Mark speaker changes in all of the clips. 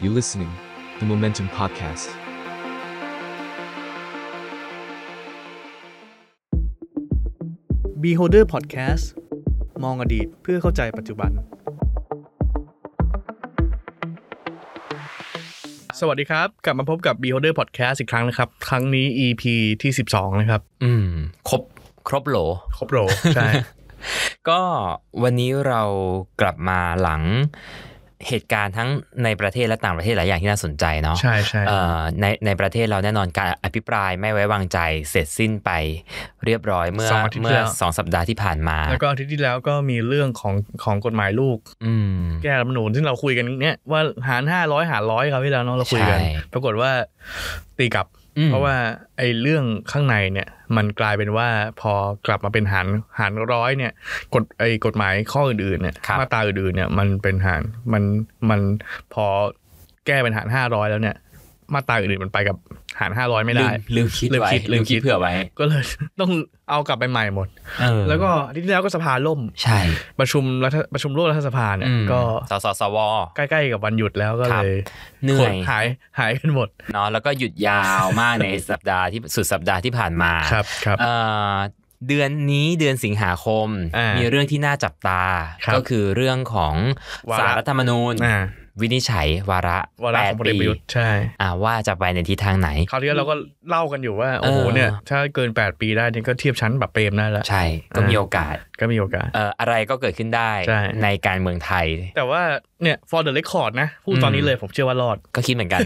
Speaker 1: You listening, the Momentum Podcast.
Speaker 2: บีโฮเดอร์พอดแคสต์มองอดีตเพื่อเข้าใจปัจจุบัน สวัสดีครับ กลับมาพบกับ Beholder Podcast อีกครั้งนะครับ ครั้งนี้ EP ที่ 12 นะครับ
Speaker 3: อืม ครบ ครบโหล
Speaker 2: ครบโร ใช่
Speaker 3: ก็วันนี้เรากลับมาหลังเหตุการณ์ทั้งในประเทศและต่างประเทศหลายอย่างที่น่าสนใจเนาะ
Speaker 2: ใช่ใช่
Speaker 3: เอ่อในในประเทศเราแน่นอนการอภิปรายไม่ไว้วางใจเสร็จสิ้นไปเรียบร้อยเมื่อ
Speaker 2: สองอาทิตย์
Speaker 3: เมื่อ
Speaker 2: แล้ว
Speaker 3: สองสัปดาห์ที่ผ่านมา
Speaker 2: แล้วก็อาทิตย์ที่แล้วก็มีเรื่องของของกฎหมายลูก
Speaker 3: อืม
Speaker 2: แก้รัฐธรรมนูญซึ่งเราคุยกันเนี่ยว่าหาร 500 หารร้อยครับที่แล้วเนาะเราคุยกัน
Speaker 3: ใช่
Speaker 2: ปรากฏว่าตีกลับ
Speaker 3: อืม
Speaker 2: เพราะว่าไอ้เรื่องข้างในเนี่ยมันกลายเป็นว่าพอกลับมาเป็นหารหารร้อยเนี่ยกฎไอ้กฎหมายข้ออื่นๆเนี่ย
Speaker 3: ครับ
Speaker 2: มาตราอื่นๆเนี่ยมันเป็นหารมันมันพอแก้เป็นหารห้าร้อยแล้วเนี่ย มาตราอื่นๆมันไปกับหารห้าร้อยไม่ได้
Speaker 3: ลืมลืมคิด
Speaker 2: ลืม
Speaker 3: ไว้
Speaker 2: คิดลื
Speaker 3: ลื
Speaker 2: ม
Speaker 3: ม
Speaker 2: คิ
Speaker 3: คิ
Speaker 2: ด
Speaker 3: ดเผื่อไว้
Speaker 2: ก็เลย ต้องเอากลับไปใหม่หมด
Speaker 3: เออ
Speaker 2: แล้วก็อาที่ที่แล้วก็สภาล่ม
Speaker 3: ใช่
Speaker 2: ประชุมรัฐประชุมร่วมรัฐสภาเนี่ย
Speaker 3: อืม
Speaker 2: ก็
Speaker 3: สสสว
Speaker 2: ใกล้ๆกับวันหยุดแล้วก็
Speaker 3: ครั
Speaker 2: เล
Speaker 3: บ
Speaker 2: ย
Speaker 3: เหนื่
Speaker 2: ค
Speaker 3: อน ย
Speaker 2: หายหายกันหมด
Speaker 3: เนาะแล้วก็หยุดยาวมากในสัปดาห์ที่สุดสัปดาห์ที่ผ่านมา
Speaker 2: ครับครับ
Speaker 3: เอ่อเดือนนี้เดือนสิงหาคม
Speaker 2: อ่ามี
Speaker 3: มีเรื่องที่น่าจับตา
Speaker 2: ครับ
Speaker 3: ก็คือเรื่องของ
Speaker 2: วาระ
Speaker 3: สารรัฐธรรมนูญ
Speaker 2: อ่า
Speaker 3: วินิจฉัย วาระ
Speaker 2: วาระของพลเอกประยุทธ์ใช่
Speaker 3: อ่าว่าจะไปในทิศทางไหน
Speaker 2: คราวที่แล้วเราก็เล่ากันอยู่ว่า โอ้โห
Speaker 3: เออ
Speaker 2: เนี่ย ถ้าเกิน 8 ปีได้เนี่ยก็เทียบชั้นแบบเปรมได้แล้ว
Speaker 3: ใช่ ก็
Speaker 2: อ่ามี
Speaker 3: มีโอกาส
Speaker 2: ก็มีโอกาส
Speaker 3: เอ่ออะไรก็เกิดขึ้นได้
Speaker 2: ใช่
Speaker 3: ในการเมืองไทย
Speaker 2: แต่ว่าเนี่ย for the record นะ พูดตอนนี้เลยผมเชื่อว่ารอด
Speaker 3: ก็คิดเหมือน กัน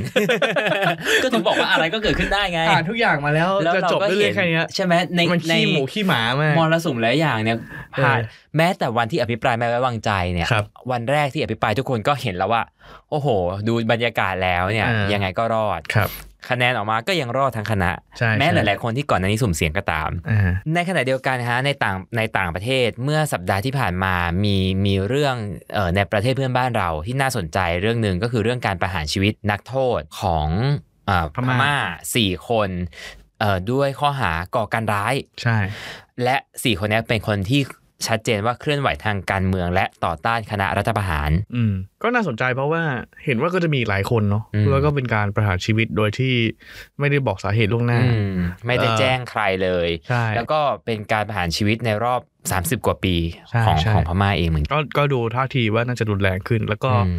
Speaker 3: ก็ถึงบอกว่าอะไรก็เกิดขึ้นได้ไง
Speaker 2: อ่านทุกอย่างมาแล้ว
Speaker 3: แล้ว
Speaker 2: จะ
Speaker 3: เรา
Speaker 2: จบ
Speaker 3: ก็
Speaker 2: เรื่
Speaker 3: เห็
Speaker 2: อน งแค่เนี้ย
Speaker 3: ใช่ไหมใน
Speaker 2: มัน
Speaker 3: ใน
Speaker 2: ขี้หมูขี้หมามาก
Speaker 3: มรสุมหลายอย่างเนี่ยผ่าน
Speaker 2: เออ
Speaker 3: แม้แต่วันที่อภิปรายไม่ไว้วางใจเนี่ย
Speaker 2: ครับ
Speaker 3: วันแรกที่อภิปรายทุกคนก็เห็นแล้วว่า โอ้โห ดูบรรยากาศแล้วเนี่ย
Speaker 2: อ่ายั
Speaker 3: ยังไงก็รอด
Speaker 2: ครับ
Speaker 3: คะแนนออกมาก็ยังรอดทั้งคณะ
Speaker 2: ใช่
Speaker 3: แม้ห
Speaker 2: ใช่
Speaker 3: ลาย ๆ คนที่ก่อนหน้านี้สุ่มเสี่ยงก็ตาม
Speaker 2: อ่า
Speaker 3: ในขณะเดียวกันนะฮะในต่างในต่างประเทศเมื่อสัปดาห์ที่ผ่านมามีมีเรื่องเอ่อในประเทศเพื่อนบ้านเราที่น่าสนใจเรื่องหนึ่งก็คือเรื่องการประหารชีวิตนักโทษของเอ่อพ
Speaker 2: พม่า
Speaker 3: ม่าสี่คนเอ่อด้วยข้อหาก่อการร้าย
Speaker 2: ใช่
Speaker 3: และสี่คนนี้เป็นคนที่ชัดเจนว่าเคลื่อนไหวทางการเมือง และต่อต้านคณะรัฐประหาร
Speaker 2: อืมก็น่าสนใจเพราะว่าเห็นว่าก็จะมีอีกหลายคนเนาะ
Speaker 3: อืม
Speaker 2: แล้วก็เป็นการประหารชีวิตโดยที่ไม่ได้บอกสาเหตุล่วงหน้า
Speaker 3: อืมไม่ได้
Speaker 2: เอ่อ
Speaker 3: แจ้งใครเลย
Speaker 2: ใช่
Speaker 3: แล้วก็เป็นการประหารชีวิตในรอบ 30 กว่าปี
Speaker 2: ใช่
Speaker 3: ของ
Speaker 2: ใช่
Speaker 3: ของพม่าเองเหมือนกัน
Speaker 2: ก็ก็ดูท่าทีว่าน่าจะรุนแรงขึ้น แล้วก็
Speaker 3: อืม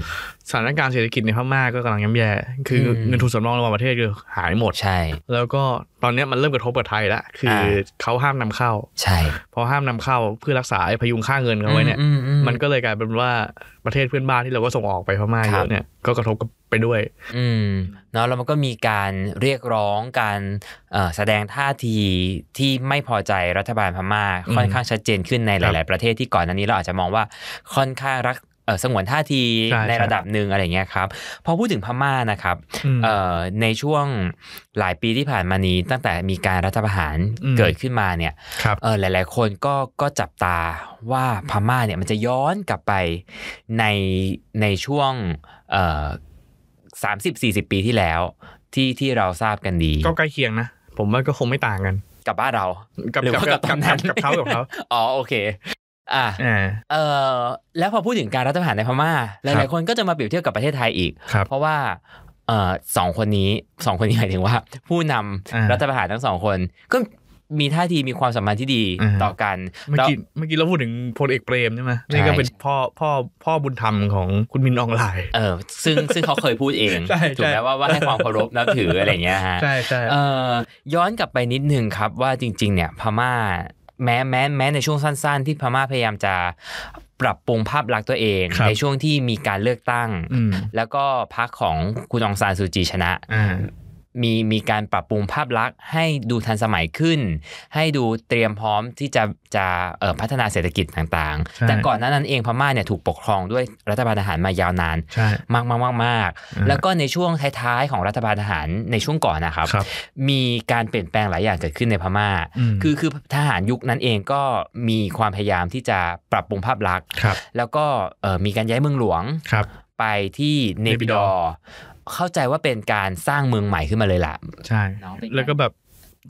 Speaker 2: สถานการณ์เศรษฐกิจในพม่าก็กำลังย่ำแย่ คืออ
Speaker 3: ม
Speaker 2: เงินทุนสำรองระหว่างประเทศคือหายหมด
Speaker 3: ใช่
Speaker 2: แล้วก็ตอนเนี้ยมันเริ่มกระทบกับไทยละ คืออา เขาห้ามนำเข้า
Speaker 3: ใช่
Speaker 2: พอห้ามนำเข้าเพื่อรักษาไอ้พยุงค่าเงินเขาไว้เนี่ย
Speaker 3: อือื
Speaker 2: มันก็เลยกลายเป็นว่าประเทศเพื่อนบ้านที่เราก็ส่งออกไปพม่าเยอะเนี่ย ก็กระทบกับไปด้วย
Speaker 3: อืมเนาะแล้วมันก็มีการเรียกร้องการเอ่อแสดงท่าทีที่ไม่พอใจรัฐบาลพม่า
Speaker 2: อืม
Speaker 3: ค่อนข้างชัดเจนขึ้นในห
Speaker 2: ครั
Speaker 3: ลาย
Speaker 2: บ
Speaker 3: ๆ ประเทศที่ก่อนหน้านี้เราอาจจะมองว่าค่อนข้างรักเอ่อสงวนท่าที
Speaker 2: ใช่
Speaker 3: ใน
Speaker 2: ใช่
Speaker 3: ระดับหนึ่งอะไรอย่างเงี้ยครับพอพูดถึงพม่านะครับ
Speaker 2: ม
Speaker 3: เอ่อในช่วงหลายปีที่ผ่านมานี้ตั้งแต่มีการรัฐประหาร
Speaker 2: อืม
Speaker 3: เกิดขึ้นมาเนี่ย
Speaker 2: ครับ
Speaker 3: เออหลาย ๆ คนก็ก็จับตาว่าพม่าเนี่ยมันจะย้อนกลับไปในในช่วงเอ่อสามสิบสี่สิบปีที่แล้วที่ที่เราทราบกันดี
Speaker 2: ก็ใกล้เคียงนะ ผมว่าก็คงไม่ต่างกัน
Speaker 3: กับบ้านเรา
Speaker 2: กับ
Speaker 3: หรือ
Speaker 2: กั
Speaker 3: ว่ากับตอนนั้น
Speaker 2: กับเขากับเขา
Speaker 3: อ๋อโอเคอ่ะ
Speaker 2: อ่า
Speaker 3: เออแล้วพอพูดถึงการรัฐประหารในพม่าห
Speaker 2: ครั
Speaker 3: ลาย
Speaker 2: บ
Speaker 3: ๆ คนก็จะมาเปรียบเทียบกับประเทศไทยอีก
Speaker 2: ครับ
Speaker 3: เพราะว่าเอ่อสองคนนี้สองคนนี้ หมายถึงว่า ผู้นำ
Speaker 2: อ่ารั
Speaker 3: รัฐประหารทั้งสองคน ก็มีท่าทีมีความสัมพันธ์ที่ดี
Speaker 2: อ่า
Speaker 3: ต่อกัน
Speaker 2: เมื่อ
Speaker 3: แล้ว
Speaker 2: กี้เมื่อกี้เราพูดถึงพลเอกเปรมใช่ไหมนี่ก็
Speaker 3: ใช่
Speaker 2: เป็นพ่อพ่อพ่อบุญธรรมของคุณมินอองไลน์
Speaker 3: เออซึ่ง ซึ่งเขาเคยพูดเอง
Speaker 2: ใช่
Speaker 3: ถูกไหม
Speaker 2: ใช่
Speaker 3: ว่าว่าให้ความเคารพนับถืออะไรอย่างเงี้ยฮะ
Speaker 2: ใช่ใช่
Speaker 3: เอ่อย้อนกลับไปนิดนึงครับว่าจริง ๆ เนี่ยพม่าแม้แม้แม้ในช่วงสั้น ๆ ที่พม่าพยายามจะปรับปรุงภาพลักษณ์ตัวเอง
Speaker 2: ครับ
Speaker 3: ในช่วงที่มีการเลือกตั้ง
Speaker 2: อืม
Speaker 3: แล้วก็พรรคของคุณอองซานซูจีชนะ
Speaker 2: อ่า
Speaker 3: มีมีการปรับปรุงภาพลักษณ์ให้ดูทันสมัยขึ้น ให้ดูเตรียมพร้อมที่จะจะเอ่อพัฒนาเศรษฐกิจต่าง
Speaker 2: ใช่
Speaker 3: ๆ แต่ก่อนหนั้นนั้นเองพม่าเนี่ยถูกปกครองด้วยรัฐบาลทหารมายาวนาน
Speaker 2: ใช่
Speaker 3: มากมากมากมาก
Speaker 2: อ่า
Speaker 3: แล้วก็ในช่วงท้ายๆของรัฐบาลทหารในช่วงก่อนนะครับ
Speaker 2: ครับ
Speaker 3: มีการเปลี่ยนแปลงหลายอย่างเกิดขึ้นในพม่า
Speaker 2: ม
Speaker 3: คือคือทหารยุคนั้นเองก็มีความพยายามที่จะปรับปรุงภาพลักษณ์
Speaker 2: ครับ
Speaker 3: แล้วก็เอ่อมีการย้ายเมืองหลวง
Speaker 2: ครับ
Speaker 3: ไปที่เนปิดอ
Speaker 2: Naypyidaw
Speaker 3: ร์เข้าใจว่าเป็นการสร้างเมืองใหม่ขึ้นมาเลยล่ะ
Speaker 2: ใช่
Speaker 3: น้องเป็นไง
Speaker 2: แล้วก็แบบ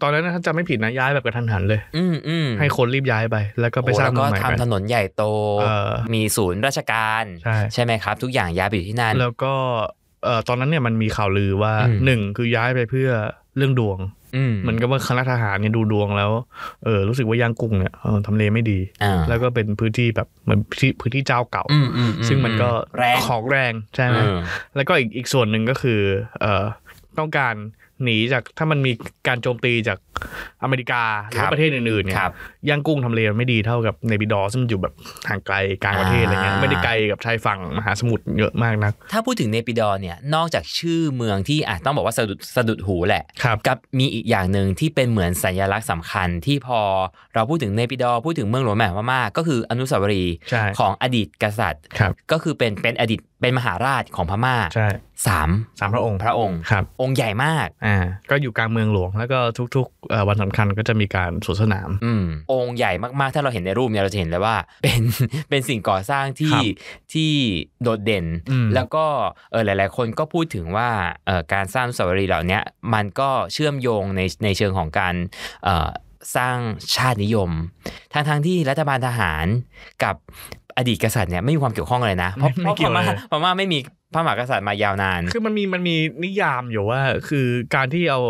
Speaker 2: ตอนนั้นนะถ้าจำไม่ผิดนะย้ายแบบกระทันหันเลย
Speaker 3: อืมอืม
Speaker 2: ให้คนรีบย้ายไป แล้วก็ไป
Speaker 3: โอ้
Speaker 2: สร้าง
Speaker 3: แล้วก็
Speaker 2: เมืองใหม่
Speaker 3: ทำถ
Speaker 2: กัน
Speaker 3: นนใหญ่โต
Speaker 2: เออ
Speaker 3: มีศูนย์ราชการ
Speaker 2: ใช่
Speaker 3: ไหมครับ ทุกอย่างย้ายไปอยู่ที่นั่น
Speaker 2: แล้วก็เ เอ่อตอนนั้นเนี่ยมันมีข่าวลือว่า
Speaker 3: อืม
Speaker 2: หนึ่งคือย้ายไปเพื่อเรื่องดวง
Speaker 3: อืม
Speaker 2: เหมือนกับว่าคณะทหารเนี่ยดูดวงแล้วเออรู้สึกว่าย่างกุ้งเนี่ยเออทำเลไม่ดี
Speaker 3: อ่า
Speaker 2: แล้วก็เป็นพื้นที่แบบเหมือนที่พื้นที่เจ้าเก่า
Speaker 3: อืมอืมอื
Speaker 2: ซึ่งมันก็
Speaker 3: แรง
Speaker 2: ของแรงใช่ไหม
Speaker 3: เออ
Speaker 2: แล้วก็อีกอีกส่วนหนึ่งก็คือเอ่อต้องการหนีจากถ้ามันมีการโจมตีจากอเมริกาหรือ
Speaker 3: ครับ
Speaker 2: ว่าประเทศอื่นๆเนี่ย
Speaker 3: ครับ
Speaker 2: ย่างกุ้งทำเลมันไม่ดีเท่ากับในบิดอร์ซึ่งมันอยู่แบบห่างไกลกลางประเทศอะไรเงี้ย
Speaker 3: อ่า
Speaker 2: ไม่ได้ไกลกับชายฝั่งมหาสมุทรเยอะมากนัก
Speaker 3: ถ้าพูดถึงเนปิดอร์เนี่ยนอกจากชื่อเมืองที่อาจต้องบอกว่าสะดุดสะดุดหูแหละ
Speaker 2: ครับ
Speaker 3: กับมีอีกอย่างหนึ่งที่เป็นเหมือนสัญลักษณ์สำคัญที่พอเราพูดถึงเนปิดอร์พูดถึงเมืองหลวงแหม่พม่าก็คืออนุสาวรีย์
Speaker 2: ใช่
Speaker 3: ของอดีตกษัตริย์
Speaker 2: ครับ
Speaker 3: ก็คือเป็นเป็นอดีตเป็นมหาราชของพม่า
Speaker 2: ใช่
Speaker 3: สาม
Speaker 2: สามพระองค์
Speaker 3: พระองค์
Speaker 2: ครับ
Speaker 3: องค์ใหญ่มาก
Speaker 2: อ่าก็อยู่กลางเมืองหลวง แล้วก็ทุกๆเอ่อวันสำคัญก็จะมีการสวนสนาม
Speaker 3: อืมองค์ใหญ่มากๆ ถ้าเราเห็นในรูปเนี่ยเราจะเห็นเลยว่า เป็น เป็นสิ่งก่อสร้างที่
Speaker 2: ครับ
Speaker 3: ที่โดดเด่น
Speaker 2: อืม
Speaker 3: แล้วก็เออหลาย ๆ คนก็พูดถึงว่าเอ่อการสร้างอนุสาวรีย์เหล่าเนี้ยมันก็เชื่อมโยงในในเชิงของการเอ่อสร้างชาตินิยมทั้งทงๆที่รัฐบาลทหารกับอดีตกษัตริย์เนี่ยไม่มีความเกี่ยวข้องเลยนะเพราะ
Speaker 2: ไม่
Speaker 3: เพราะ
Speaker 2: เกี่
Speaker 3: พ
Speaker 2: ยว
Speaker 3: ม่า
Speaker 2: เลย
Speaker 3: พม่าไม่มีพระมหากษัตริย์มายาวนาน
Speaker 2: คือมันมีมันมีนิยามอยู่ว่าคือการที่เอา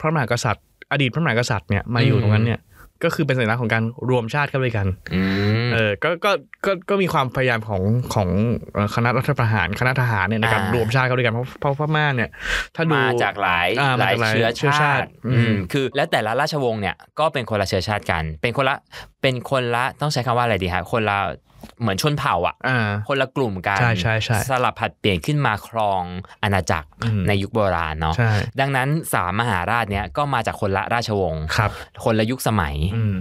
Speaker 2: พระมหากษัตริย์ อดีตพระมหากษัตริย์เนี่ยมาอยู่
Speaker 3: อืม
Speaker 2: ตรงนั้นเนี่ยก็คือเป็นสัญลักษณ์ของการรวมชาติเข้าด้วยกัน
Speaker 3: อืม
Speaker 2: เออก็ก็ก็ก็มีความพยายามของของเอ่อคณะรัฐประหารคณะทหารเนี่ยในการ
Speaker 3: อ่าร ร
Speaker 2: วมชาติเข้าด้วยกันเพราะเพราะพม่าเนี่ยถ้าดู
Speaker 3: มาจากหลาย
Speaker 2: อ่า
Speaker 3: หลาย
Speaker 2: มาจากหลาย
Speaker 3: เชื้อ
Speaker 2: เชื้อชา
Speaker 3: ชา
Speaker 2: ติ
Speaker 3: ติอื
Speaker 2: อื
Speaker 3: ม
Speaker 2: ม
Speaker 3: คือแล้วแต่ละราชวงศ์เนี่ยก็เป็นคนละเชื้อชาติกัน เป็นคนละเป็นคนละต้องใช้คำว่าอะไรดีฮะคนละเหมือนชนเผ่าอ่ะ
Speaker 2: อ่า
Speaker 3: คนละกลุ่มกัน
Speaker 2: ใช่ใช่ใช่
Speaker 3: สลับผลัดเปลี่ยนขึ้นมาครองอาณาจักร
Speaker 2: อืม
Speaker 3: ในยุคโบราณเนาะ
Speaker 2: ใช่
Speaker 3: ดังนั้นสามมหาราชเนี่ยก็มาจากคนละราชวงศ์
Speaker 2: ครับ
Speaker 3: คนละยุคสมัย
Speaker 2: อืม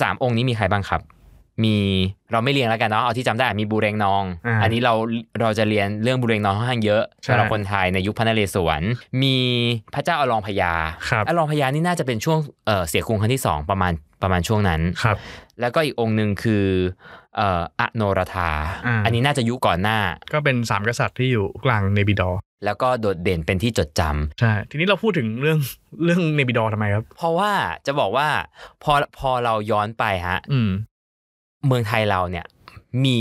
Speaker 3: สามองค์นี้มีใครบ้างครับ มีเราไม่เรียงแล้วกันเนาะเอาที่จำได้มีบูเรงนอง
Speaker 2: า
Speaker 3: อันนี้เราเราจะเรียนเรื่องบูเรงนองค่อนข้างเยอะ
Speaker 2: ใช่
Speaker 3: สำหรับคนไทยในยุคพระนเรศวรมีพระเจ้าอลองพญา
Speaker 2: ครับ
Speaker 3: อลองพญานี่น่าจะเป็นช่วงเอ่อเสียกรุงครั้งที่สองประมาณประมาณช่วงนั้น
Speaker 2: ครับ
Speaker 3: แล้วก็อีกองค์หนึ่งคือเอ่ออโนรธา
Speaker 2: อ่า
Speaker 3: นนี้น่าจะยุคก่อนหน้า
Speaker 2: ก็เป็นสามกษัตริย์ที่อยู่กลางเนบิดอร์
Speaker 3: แล้วก็โดดเด่นเป็นที่จดจำ
Speaker 2: ใช่ทีนี้เราพูดถึงเรื่องเรื่องเนบิดอร์ทำไมครับ
Speaker 3: เพราะว่าจะบอกว่าพอพอเราย้อนไปฮะ
Speaker 2: อืม
Speaker 3: เมืองไทยเราเนี่ยมี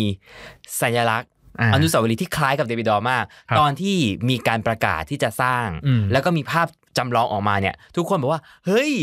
Speaker 3: สัญลักษณ์
Speaker 2: อ่า
Speaker 3: อนุสาวรีย์ที่คล้ายกับเดวิดดอร์มาก
Speaker 2: ครับ
Speaker 3: ตอนที่มีการประกาศที่จะสร้าง
Speaker 2: อืม
Speaker 3: แล้วก็มีภาพจำลองออกมาเนี่ย ทุกคนบอกว่า เฮ้ย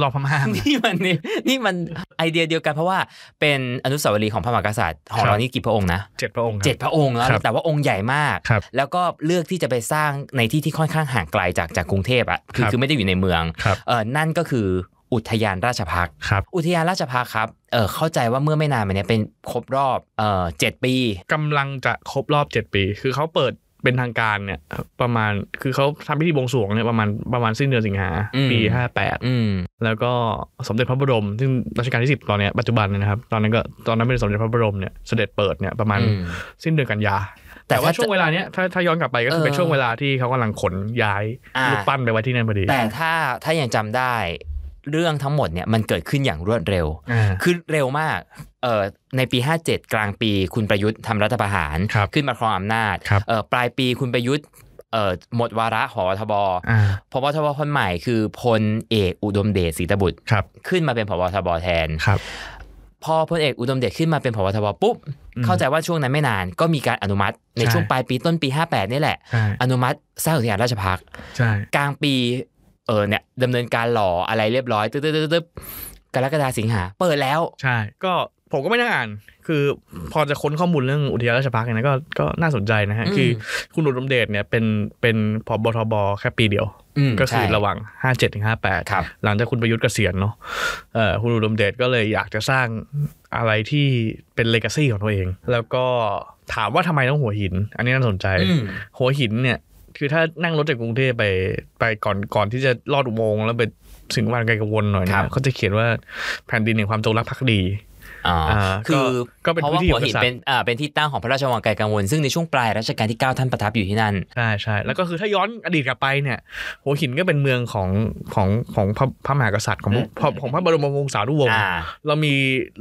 Speaker 2: ลองพม่า
Speaker 3: นี่มันนี่นี่มันไอเดียเดียวกันเพราะว่าเป็นอนุสาวรีย์ของพระมหากษัตริย์ของ
Speaker 2: ครั
Speaker 3: เรา
Speaker 2: บ
Speaker 3: นี่กี่พระองค์นะ
Speaker 2: เจ็ดพระองค์ครับ
Speaker 3: เจ็ดพระองค์แล้ว
Speaker 2: ครับ
Speaker 3: แต่ว่าองค์ใหญ่มาก
Speaker 2: ครับ
Speaker 3: แล้วก็เลือกที่จะไปสร้างในที่ที่ค่อนข้างห่างไกลจากจากกรุงเทพอ่ะคื
Speaker 2: ค
Speaker 3: อ
Speaker 2: รับ
Speaker 3: คือไม่ได้อยู่ในเมือง
Speaker 2: ครับ
Speaker 3: เออนั่นก็คืออุทยานราชพักษ์
Speaker 2: ครับ
Speaker 3: อุทยานราชพักษ์ครับเออเข้าใจว่าเมื่อไม่นานมาเนี้เป็นครบรอบเออเจ็ดปี
Speaker 2: กำลังจะครบรอบ 7 ปี คือเขาเปิดเป็นทางการเนี่ยประมาณ คือเขาทำพิธีบวงสรวงเนี่ยประมาณประมาณสิ้นเดือนสิงหา
Speaker 3: อืม
Speaker 2: ปี
Speaker 3: อืม
Speaker 2: 58 แล้วก็สมเด็จพระบรม ซึ่งรัชกาลที่ 10 ตอนเนี้ยปัจจุบันเนี่ยนะครับ ตอนนั้นก็ตอนนั้นเป็นสมเด็จพระบรมเนี่ยเสด็จเปิดเนี่ยประมาณ
Speaker 3: อืม
Speaker 2: สิ้นเดือนกันยา แต่ว่าช่วงเวลาเนี้ยถ้าถ้าย้อนกลับไปก็คือ
Speaker 3: เออ
Speaker 2: เป็นช่วงเวลาที่เขากำลังขนย้าย
Speaker 3: อ่า
Speaker 2: รูปปั้นไปไว้ที่นั่นพอดี
Speaker 3: แต่ถ้าถ้ายังจำได้เรื่องทั้งหมดเนี่ยมันเกิดขึ้นอย่างรวดเร็ว
Speaker 2: อ่า
Speaker 3: คือเร็วมากเอ่อในปี 57 กลางปี คุณประยุทธ์ทำรัฐประหาร
Speaker 2: ครับ
Speaker 3: ขึ้นมาครองอำนาจ
Speaker 2: ครับ
Speaker 3: เอ่อปลายปีคุณประยุทธ์เอ่อหมดวาระหอทบ
Speaker 2: อ่า
Speaker 3: พบทบคนใหม่คือพลเอกอุดมเดชศรีตบุตร
Speaker 2: ครับ
Speaker 3: ขึ้นมาเป็นพบทบแทน
Speaker 2: ครับ
Speaker 3: พอพลเอกอุดมเดชขึ้นมาเป็นพบทบปุ๊บ
Speaker 2: อืม
Speaker 3: เข้าใจว่าช่วงนั้นไม่นานก็มีการอนุมัติใน
Speaker 2: ใช่
Speaker 3: ช่วงปลายปีต้นปี 58 นี่แหละ
Speaker 2: ใช่
Speaker 3: อนุมัติสร้างอุทยานราชพักษ์
Speaker 2: ใช่
Speaker 3: กลางปีเออเนี่ยดำเนินการหล่ออะไรเรียบร้อยตึ๊บตึ๊บตึ๊บตึ๊บกรกฎาสิงหาเปิดแล้ว
Speaker 2: ใช่ ก็ผมก็ไม่ได้อ่าน คือพอจะค้นข้อมูลเรื่องอุทยานราชพักษ์เนี่ยนะก็ก็น่าสนใจนะฮะ
Speaker 3: อืม
Speaker 2: คือ คุณอุดมเดชเนี่ยเป็นเป็นผบทบแค่ปีเดียว
Speaker 3: ม
Speaker 2: ก็คือ
Speaker 3: ใช่
Speaker 2: ระหว่าง 57ถึง58
Speaker 3: ครับ
Speaker 2: หลังจากคุณประยุทธ์เกษียณเนาะเอ่อคุณอุดมเดชก็เลยอยากจะสร้างอะไรที่เป็นเลก a ซีของตัวเอง แล้วก็ถามว่าทำไมต้องหัวหิน อันนี้น่าสนใจ
Speaker 3: อืม
Speaker 2: หัวหินเนี่ย คือถ้านั่งรถจากกรุงเทพไปไปก่อนก่อนที่จะลอดอุโมงค์แล้วไปถึงวันไกลกังวลหน่อย
Speaker 3: ครั
Speaker 2: นะ
Speaker 3: บ
Speaker 2: เขาจะเขียนว่าแผ่นดินแห่งความจงรักภักดี
Speaker 3: อ๋ออาคือ
Speaker 2: ก็ก็เป็น
Speaker 3: เพราะว่า
Speaker 2: พื้นที่
Speaker 3: หั
Speaker 2: ข
Speaker 3: ว
Speaker 2: อง
Speaker 3: หิน
Speaker 2: กษัตริย์
Speaker 3: เป็นอ่าเป็นที่ตั้งของพระราชวังไกลกังวล ซึ่งในช่วงปลายรัชกาลที่ 9 ท่านประทับอยู่ที่นั่น
Speaker 2: ใช่ใช่แล้วก็คือถ้าย้อนอดีตกลับไปเนี่ย หัวหินก็เป็นเมืองของของของพระพระมหากษัตริย์ของพระพระของพระบรมวงศานุวงศ์
Speaker 3: อ่า
Speaker 2: เรามี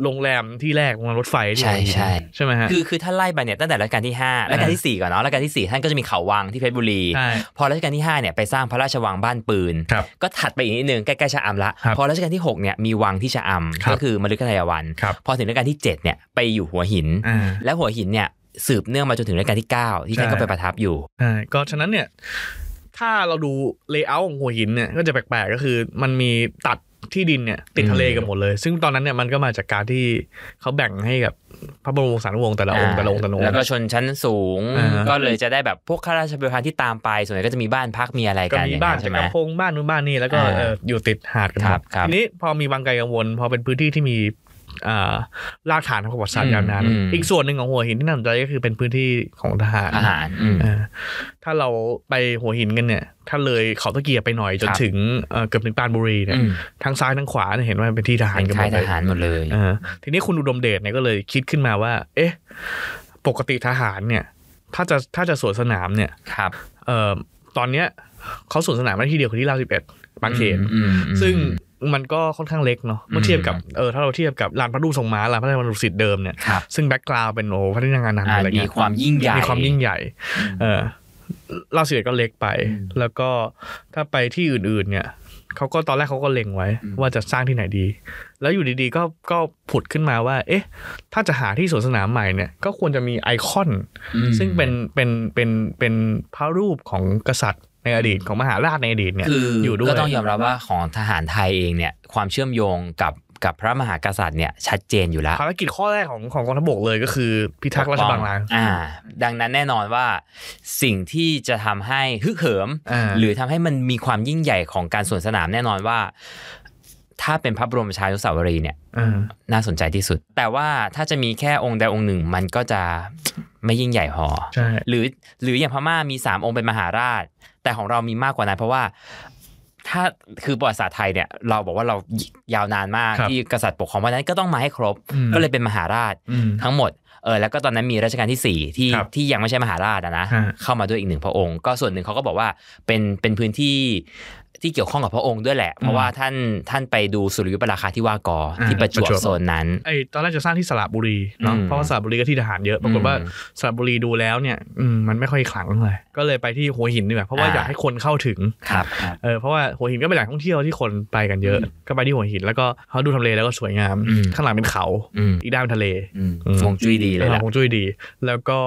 Speaker 2: โรงแรมที่แรกโรงแรมรถไฟที่
Speaker 3: ใช่
Speaker 2: หัวหิน
Speaker 3: ใช่
Speaker 2: ใช่ไหมฮะ
Speaker 3: คือคือท่านไล่ไปเนี่ยตั้งแต่รัชกาลที่ 5 รัชกาลทีสี่4ก่อนเนาะรัชกาลทีสี่4 ท่านก็จะมีเขาวังที่เพชรบุรี
Speaker 2: ใช่
Speaker 3: พอรัชกาลที่5เนี่ยไปสร้างพระราชวังบ้านปืน
Speaker 2: ครับ
Speaker 3: ก็ถัดไปอีกนิดนึงใกล้ๆชะอำละ
Speaker 2: ครับ
Speaker 3: พอรัชกาลที่ 6 เนี่ยมีวังที่ชะอำ
Speaker 2: ครับ
Speaker 3: ก็คือมฤคทายวัน
Speaker 2: ครับ
Speaker 3: พอถึงรัชกาลที่ 7 เนี่ยไปอยู่หัวหิน
Speaker 2: อ่า
Speaker 3: และหัวหินเนี่ย สืบเนื่องมาจนถึงรัชกาลที่ 9 ที่ท่านก็
Speaker 2: ใช่
Speaker 3: ไปประทับอยู่
Speaker 2: ใช่ก็ฉะนั้นเนี่ยถ้าเราดูเลเยอร์ของหัวหินเนี่ยก็จะแปลกๆก็คือ มันมีตัดที่ดินเนี่ยติดทะเลกันหมดเลย ซึ่งตอนนั้นเนี่ยมันก็มาจากการที่เขาแบ่งให้กับพระบรมวงศานุวงศ์แต่ละองค์แต่ละองค์แต่ละองค์
Speaker 3: แล้วก็ชนชั้นสูง
Speaker 2: อ่าฮะ
Speaker 3: ก็เลยจะได้แบบพวกข้าราชบริพารที่ตามไป ส่วนใหญ่ก็จะมีบ้านพักมีอะไร
Speaker 2: ก็
Speaker 3: กัน
Speaker 2: มี
Speaker 3: อย่
Speaker 2: บ้าน
Speaker 3: ง
Speaker 2: จั
Speaker 3: ใช่
Speaker 2: ก
Speaker 3: ไหม
Speaker 2: รพงศ์บ้านนู้นบ้านนี่แล้วก็
Speaker 3: อ่า
Speaker 2: เอ่ออยู่ติดหาดกันหม
Speaker 3: ครั
Speaker 2: ด
Speaker 3: บครับ
Speaker 2: ทีนี้พอมีบางไกลกังวล พอเป็นพื้นที่ที่มีอ่ารากฐานทางประวัติศาสตร์ยาวนาน
Speaker 3: อืม
Speaker 2: อีกส่วนหนึ่งของหัวหินที่น่าสนใจก็คือเป็นพื้นที่ของทหาร
Speaker 3: อาหารอืม
Speaker 2: เออถ้าเราไปหัวหินกันเนี่ย ถ้าเลยเขาตะเกียบไปหน่อยจน
Speaker 3: ครับ
Speaker 2: ถึงเอ่อเกือบถึงปรานบุรีเนี่ย
Speaker 3: อืม
Speaker 2: ทางซ้ายทางขวาเนี่ยเห็นว่าเป็นที่ทหาร
Speaker 3: เป็น
Speaker 2: กันหม
Speaker 3: ค่าย
Speaker 2: ด
Speaker 3: ท
Speaker 2: เลย
Speaker 3: หารหมดเลย
Speaker 2: เออทีนี้คุณอุดมเดชเนี่ยก็เลยคิดขึ้นมาว่า เอ๊ะ ปกติทหารเนี่ย ถ้าจะถ้าจะสวนสนามเนี่ย
Speaker 3: ครับ
Speaker 2: เอ่อตอนเนี้ยเขาสวนสนามได้ที่เดียวคือที่ราชสิบเอ็ดบางเขน
Speaker 3: อืมอืม
Speaker 2: ซึ่งมันก็ค่อนข้างเล็กเนาะเมื่อเทียบกับ
Speaker 3: อืม
Speaker 2: เออถ้าเราเทียบกับลานพระรูปทรงม้าลานพระราชวังดุสิตเดิมเนี่ย
Speaker 3: ครับ
Speaker 2: ซึ่งแบ็กกราวเป็นโอ้พระที่นั่งอนันต์
Speaker 3: อ่า
Speaker 2: อะไร
Speaker 3: มี
Speaker 2: เงี้ย
Speaker 3: ความยิ่งใหญ่
Speaker 2: มีความยิ่งใหญ่ เออเล่าสิบเอ็ดก็เล็กไป
Speaker 3: อืม
Speaker 2: แล้วก็ถ้าไปที่อื่น ๆ เนี่ยเขาก็ตอนแรกเขาก็เล็งไว้
Speaker 3: อืม
Speaker 2: ว่าจะสร้างที่ไหนดี แล้วอยู่ดีๆก็ก็ผุดขึ้นมาว่า เอ๊ะ ถ้าจะหาที่สวนสนามใหม่เนี่ย ก็ควรจะมีไอคอน
Speaker 3: อืม
Speaker 2: ซึ่งเป็นเป็นเป็นเป็นพระรูปของกษัตริย์ในอดีตของมหาราชในอดีตเนี่ย
Speaker 3: คืออ
Speaker 2: อยู่ด้วย
Speaker 3: ก็ต้องยอมรับว่าของทหารไทยเองเนี่ย ความเชื่อมโยงกับกับพระมหากษัตริย์เนี่ยชัดเจนอยู่แล้ว
Speaker 2: ภารกิจข้อแรกของของกองทัพบกเลยก็คือ พิทักษ์ราชบัลลังก์
Speaker 3: อ่า ดังนั้นแน่นอนว่าสิ่งที่จะทำให้ฮึกเหิม
Speaker 2: อ่า
Speaker 3: หรือทำให้มันมีความยิ่งใหญ่ของการสวนสนามแน่นอนว่า ถ้าเป็นพระบรมชานุสาวรีย์เนี่ย
Speaker 2: อ่า
Speaker 3: น่าสนใจที่สุด แต่ว่าถ้าจะมีแค่องค์ใดองค์หนึ่ง มันก็จะไม่ยิ่งใหญ่พอ
Speaker 2: ใช่
Speaker 3: หรือหรืออย่างพม่ามี 3 องค์เป็นมหาราช แต่ของเรามีมากกว่านั้นเพราะว่า ถ้าคือประวัติศาสตร์ไทยเนี่ย เราบอกว่าเรายาวนานมาก
Speaker 2: ครับ
Speaker 3: ที่กษัตริย์ปกครองเพราะฉะนั้นก็ต้องมาให้ครบ
Speaker 2: อืม
Speaker 3: ก็เลยเป็นมหาราช
Speaker 2: อืม
Speaker 3: ทั้งหมด เออ แล้วก็ตอนนั้นมีรัชกาลที่ 4 ที่
Speaker 2: ครับ
Speaker 3: ที่ยังไม่ใช่มหาราชอะนะ
Speaker 2: ฮะ
Speaker 3: เข้ามาด้วยอีกหนึ่งพระองค์ ก็ส่วนหนึ่งเขาก็บอกว่าเป็นเป็นพื้นที่ที่เกี่ยวข้องกับพระองค์ด้วยแหละ เพราะว่าท่านท่านไปดูสุริยุปราคาที่วากอที่ประจวบโซนนั้น
Speaker 2: ไอตอนแรกจะสร้างที่สระบุรีเนาะ
Speaker 3: อืม
Speaker 2: เพราะว่าสระบุรีก็ที่ทหารเยอะปรากฏว่า
Speaker 3: อืม
Speaker 2: สระบุรีดูแล้วเนี่ยอืมมันไม่ค่อยขลังเลยก็เลยไปที่หัวหินดีกว่าเพราะว่า
Speaker 3: อ่า
Speaker 2: อยากให้คนเข้าถึง
Speaker 3: ครับ
Speaker 2: เออเพราะว่าหัวหินก็เป็นแหล่งท่องเที่ยวที่คนไปกันเยอะ ก็ไปที่หัวหินแล้วก็เขาดูทำเลแล้วก็สวยงาม
Speaker 3: อืม
Speaker 2: ข้างหลังเป็นเขา
Speaker 3: อืม
Speaker 2: อีกด้านเป็นทะเล
Speaker 3: อืม
Speaker 2: อืม
Speaker 3: ฮวงจุ้ยดี
Speaker 2: ห
Speaker 3: เลย
Speaker 2: ลั
Speaker 3: แห
Speaker 2: ง
Speaker 3: ละ
Speaker 2: คงจุ้ยดี แล้วก็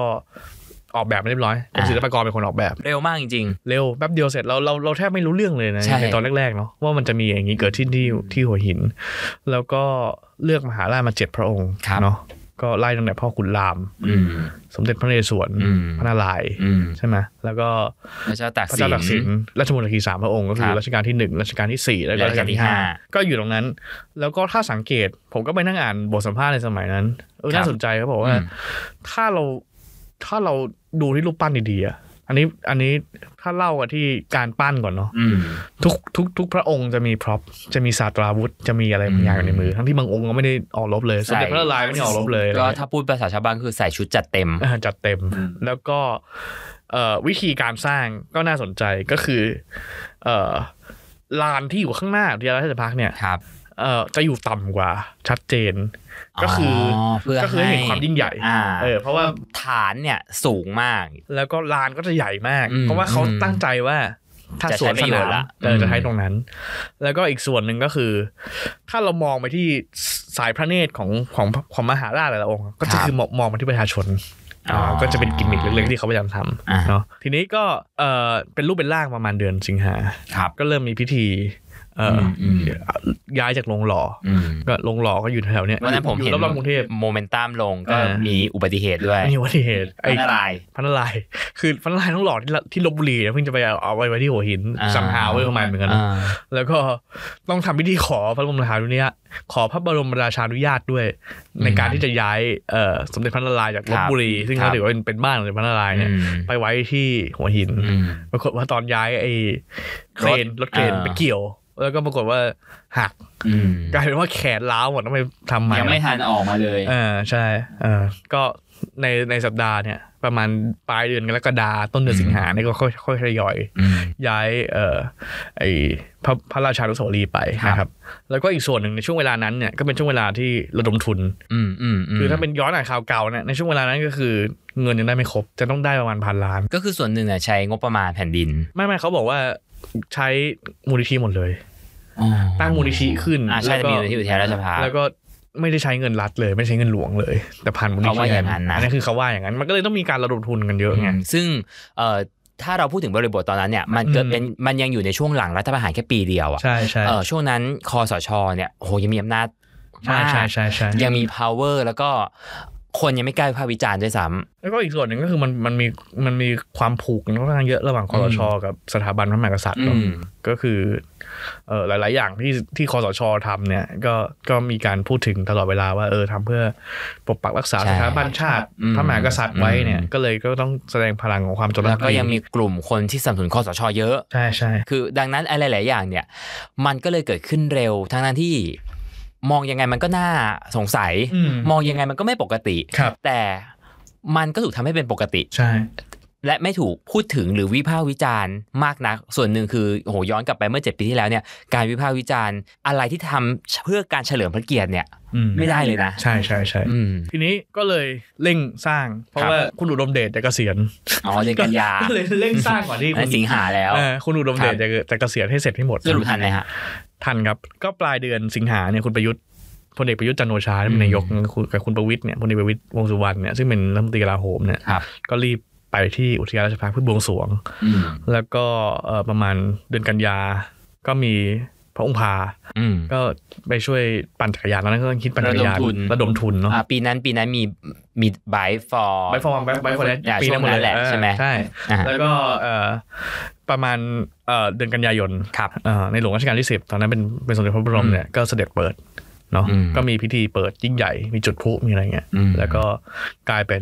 Speaker 2: ออกแบบมาเรียบร้อยกรม
Speaker 3: อ่า
Speaker 2: ศิลปากรเป็นคนออกแบบ
Speaker 3: เร็วมากจริง
Speaker 2: เร็วแป๊บเดียวเสร็จเราเราเราแทบไม่รู้เรื่องเลยนะ
Speaker 3: ใช่
Speaker 2: ในตอนแรกๆเนาะว่ามันจะมีอย่างนี้เกิดที่ที่ที่หัวหิน แล้วก็เลือกมหาราชมาเจ็ดพระองค์เนาะก็ไล่ตั้งแต่พ่อขุนราม
Speaker 3: ๆ อืม
Speaker 2: สมเด็จพระนเรศวร
Speaker 3: อืม
Speaker 2: พระนารายณ์
Speaker 3: อืม
Speaker 2: ใช่ไหมแล้วก็
Speaker 3: พระเจ้าตาก
Speaker 2: พระ
Speaker 3: สิ
Speaker 2: เจ้าตากสิน
Speaker 3: น
Speaker 2: ราชมนตรีสามพระองค์ก็คือ
Speaker 3: ครับ
Speaker 2: รัชกาลที่หนึ่งรัชกาลที่สี่แล้วก็
Speaker 3: และ
Speaker 2: รัชกาลที่
Speaker 3: รัชกาลที่
Speaker 2: ห้า
Speaker 3: ห้า
Speaker 2: ก็อยู่ตรงนั้น แล้วก็ถ้าสังเกตผมก็ไปนั่งอ่านบทสัมภาษณ์ในสมัยนั้นเออ
Speaker 3: ครับ
Speaker 2: น่าสนใจเขาบอกว่า
Speaker 3: อืม
Speaker 2: ถ้าเราถ้าเราดูที่รูปปั้นดีๆอะอันนี้อันนี้ถ้าเล่ากันที่การปั้นก่อนเนาะ
Speaker 3: อืม
Speaker 2: ทุกทุกทุกพระองค์จะมีพร็อพจะมีศาสตราวุธจะมีอะไรบางอย่างอยู่ในมือ ทั้งที่บางองค์ก็ไม่ได้ออกรบเลยสมเด็จพระนารายณ์ไม่ได้ออกรบเลยอะไร
Speaker 3: ก็
Speaker 2: เงี้ย
Speaker 3: ถ้าพูดภาษาชาวบ้านคือใส่ชุดจัดเต็ม
Speaker 2: อ่าจัดเต็มแล้วก็เอ่อวิธีการสร้างก็น่าสนใจก็คือเอ่อลานที่อยู่ข้างหน้าอุทยานราชพักษ์เนี่ย
Speaker 3: ครับ
Speaker 2: เอ่อจะอยู่ต่ำกว่าชัดเจน ก็คืออ
Speaker 3: เพื่อ
Speaker 2: ก็คือให้เห็นความยิ่งใหญ่
Speaker 3: อ่า
Speaker 2: เออเพราะว่า
Speaker 3: ฐานเนี่ยสูงมาก
Speaker 2: แล้วก็ลานก็จะใหญ่มาก
Speaker 3: อืม
Speaker 2: เพราะว่าเขา
Speaker 3: อืม
Speaker 2: ตั้งใจว่าถ้า
Speaker 3: จะ
Speaker 2: ส
Speaker 3: ใช้
Speaker 2: วน
Speaker 3: ป
Speaker 2: ส
Speaker 3: ระโย
Speaker 2: นา
Speaker 3: ชน์
Speaker 2: ม
Speaker 3: ละ
Speaker 2: เออ
Speaker 3: ม
Speaker 2: จะใช้ตรงนั้น แล้วก็อีกส่วนหนึ่งก็คือ ถ้าเรามองไปที่สายพระเนตรของของของมหาราชแต่ละองค์ ก็จะคือมองมองมาที่ประชาชน อ่าก็จะเป็นกิมมิคเล็กๆที่เขาพยายามท
Speaker 3: อ่า
Speaker 2: ำเนาะทีนี้ก็เออเป็นรูปเป็นร่างประมาณเดือนสิงหา
Speaker 3: ครับ
Speaker 2: ก็เริ่มมีพิธีเอ่ออ
Speaker 3: มอืม
Speaker 2: ย้ายจากโรงหล่อ
Speaker 3: อืม
Speaker 2: ก็โรงหล่อก็อยู่แถวๆเนี้ย
Speaker 3: วันนั้นผม
Speaker 2: อยู่
Speaker 3: เห็น
Speaker 2: รอบๆกรุงเทพ
Speaker 3: โมเมนตัมลงก็
Speaker 2: อ่ามี
Speaker 3: มีอุบัติเหตุด้วย
Speaker 2: มีวันที่เหตุไอ้
Speaker 3: อันตราย
Speaker 2: พันนารายณ์ คือพันนารายณ์ต้องหล่อที่ละที่ลบบุรีนะเพิ่งจะไปเอาเอาไว้ไว้ที่หัวหิน
Speaker 3: อ่า
Speaker 2: สัมหาไว้ประมาณเหมือนกันนะ
Speaker 3: อ่า
Speaker 2: แล้วก็ต้องทำพิธีขอพระบรมราชานุญาตขอพระบรมราชานุญาตด้วย ในการที่จะย้ายเอ่อสมเด็จพระนารายณ์จากลบบุรี ซึ่งเขาถือว่าเป็นเป็นบ้านของสมเด็จพระนารายณ์เนี่ย
Speaker 3: อืม
Speaker 2: ไปไว้ที่หัวหิน
Speaker 3: อืม
Speaker 2: ปรากฏว่าตอนย้ายไอ้เครนรถเครน
Speaker 3: อ่า
Speaker 2: ไปเกี่ยว แล้วก็ปรากฏว่าหัก
Speaker 3: อืม
Speaker 2: กลายเป็นว่าแขนล้าวหมดต้องไปทำใหม่
Speaker 3: ยังไม่ทันออกมาเลย
Speaker 2: เออใช่เออก็ในในสัปดาห์เนี่ยประมาณปลายเดือนกรกฎาต้นเดือน
Speaker 3: อืม
Speaker 2: สิงหาเนี่ยก็ค่อยค่อยทยอย
Speaker 3: ม
Speaker 2: ย้ายเอ่อไอพระพระราชานุสาวรีย์ไป
Speaker 3: ครับ
Speaker 2: นะครับ แล้วก็อีกส่วนหนึ่งในช่วงเวลานั้นเนี่ยก็เป็นช่วงเวลาที่ระดมทุน
Speaker 3: อืมอืมม
Speaker 2: คือถ้าเป็นย้อนอ่านข่าวเก่าเนี่ยในช่วงเวลานั้นก็คือเงินยังได้ไม่ครบจะต้องได้ประมาณพันล้าน
Speaker 3: ก็คือส่วนหนึ่งอ่ะใช้งบประมาณแผ่นดิน
Speaker 2: ไม่ไม่เขาบอกว่าใช้มูลนิธิหมดเลย ตั้งมูลนิธิขึ้น
Speaker 3: อ่าใช่
Speaker 2: แล้วก็
Speaker 3: จะมีอยู่ที่อุทยานราชภัฏ
Speaker 2: แล้วก็ ไม่ได้ใช้เงินรัฐเลย ไม่ใช้เงินหลวงเลย แต่ผ่านมูลนิ
Speaker 3: เขา
Speaker 2: ธิ
Speaker 3: ว่าอย่างนั้นนะ
Speaker 2: อันนี้คือเขาว่าอย่างนั้น มันก็เลยต้องมีการระดมทุนกันเยอะไง
Speaker 3: อืมซึ่งเอ่อถ้าเราพูดถึงบริบทตอนนั้นเนี่ยมันเกิด
Speaker 2: อืม
Speaker 3: เป็นมันยังอยู่ในช่วงหลังรัฐประหารแค่ปีเดียวอะ
Speaker 2: ใช่ใช่
Speaker 3: เออช่วงนั้นคอสชเนี่ยโอ้โหยังมีอำนาจ
Speaker 2: ใช่
Speaker 3: มาก
Speaker 2: ใช่ใช่ใช่
Speaker 3: ยังมี power แล้วก็คนยังไม่กล้าวิพากษ์วิจารณ์ด้วยซ้
Speaker 2: แล้วก็อีกส่วนหนึ่งก็คือมันมันมีมันมีความผูกกันค่อนข้างเยอะระหว่างคอสชกับสถาบันพระมหากษัตริย์เนอะ
Speaker 3: อืม
Speaker 2: ก็คือเออหลาย ๆ อย่างที่ที่คอสชทำเนี่ย ก็ก็มีการพูดถึงตลอดเวลาว่าเออทำเพื่อปกปักรักษา
Speaker 3: ใช่
Speaker 2: สถาบันชาติ
Speaker 3: อืม
Speaker 2: พระมหากษัตริย์ไว้เนี่ย
Speaker 3: อืม
Speaker 2: ก็เลยก็ต้องแสดงพลังของความจง
Speaker 3: ำ
Speaker 2: รัก
Speaker 3: แล้
Speaker 2: ภั
Speaker 3: วก็ยังมีกลุ่มคนที่สนับสนุนคอสชเยอะ
Speaker 2: ใช่ใช่
Speaker 3: คือดังนั้นอะไรหลายอย่างเนี่ย มันก็เลยเกิดขึ้นเร็วทั้งนั้นที่ มองยังไงมันก็น่าสงสัย
Speaker 2: อืม
Speaker 3: มองยังไงมันก็ไม่ปกติ
Speaker 2: ครับ
Speaker 3: แต่มันก็ถูกทำให้เป็นปกติ
Speaker 2: ใช่
Speaker 3: และไม่ถูกพูดถึงหรือวิพากษ์วิจารณ์มากนัก ส่วนหนึ่งคือโอ้โหย้อนกลับไปเมื่อ 7 ปีที่แล้วเนี่ยการวิพากษ์วิจารณ์อะไรที่ทำเพื่อการเฉลิมพระเกียรติเนี่ย
Speaker 2: อืม
Speaker 3: ไม่ได้เลยนะ
Speaker 2: ใช่ใช่ใช่
Speaker 3: อืม
Speaker 2: ทีนี้ก็เลยเร่งสร้าง เพราะ
Speaker 3: ครับ
Speaker 2: ว่าคุณอุดมเดชจะเกษียณ
Speaker 3: อ๋อเดือนกันยา
Speaker 2: ก็เลยเร่งสร้างก่อนที่
Speaker 3: ใน
Speaker 2: คุณ
Speaker 3: สิงหาแล้ว
Speaker 2: เออคุณอุดมเดช
Speaker 3: ครับ
Speaker 2: จะจะเกษียณให้เสร็จให้หมด
Speaker 3: สรุปทันไหมฮะ
Speaker 2: ทันครับ ก็ปลายเดือนสิงหาเนี่ยคุณประยุทธ์พลเอกประยุทธ์จันทร์โอชาที่เป็นนายกคุณกับคุณประวิทย์เนี่ยพลเอกประวิทย์วงษ์สุวรรณเนี่ยซึ่งเป็นรัฐมนตรีกลาโหมเนี่ย
Speaker 3: ครับ
Speaker 2: ก็รีบไปที่อุทยานราชภัฏเพื่อบวงสรวง
Speaker 3: อืม
Speaker 2: แล้วก็เอ่อประมาณเดือนกันยาก็มีพระองค์พา
Speaker 3: อืม
Speaker 2: ก็ไปช่วยปั่นจักรยานตอนนั้นก็คิดปั่นจักรยาน
Speaker 3: ระดมทุน
Speaker 2: ระดมทุนเนาะ
Speaker 3: อ่าปีนั้นปีนั้นมีมีไบฟอร์
Speaker 2: ไบฟอร์มไบไบฟอร์แลนด์
Speaker 3: อ่า
Speaker 2: ปีนั้นหมดเลย
Speaker 3: ช่วงนั้นแหละ
Speaker 2: เออ
Speaker 3: ใช่ไหม
Speaker 2: ใช่
Speaker 3: อ่า
Speaker 2: แล้วก็เอ่อประมาณเอ่อเดือนกันยายน
Speaker 3: ครับ
Speaker 2: เอ่อในหลวงรัชกาลที่ 10 ตอนนั้นเป็นเป็นสมเด็จพระบรมเนี่ยก็เสด็จเปิดเนาะ
Speaker 3: อืม
Speaker 2: ก็มีพิธีเปิดยิ่งใหญ่มีจุดพลุมีอะไรเงี้ย
Speaker 3: อืม
Speaker 2: แล้วก็กลายเป็น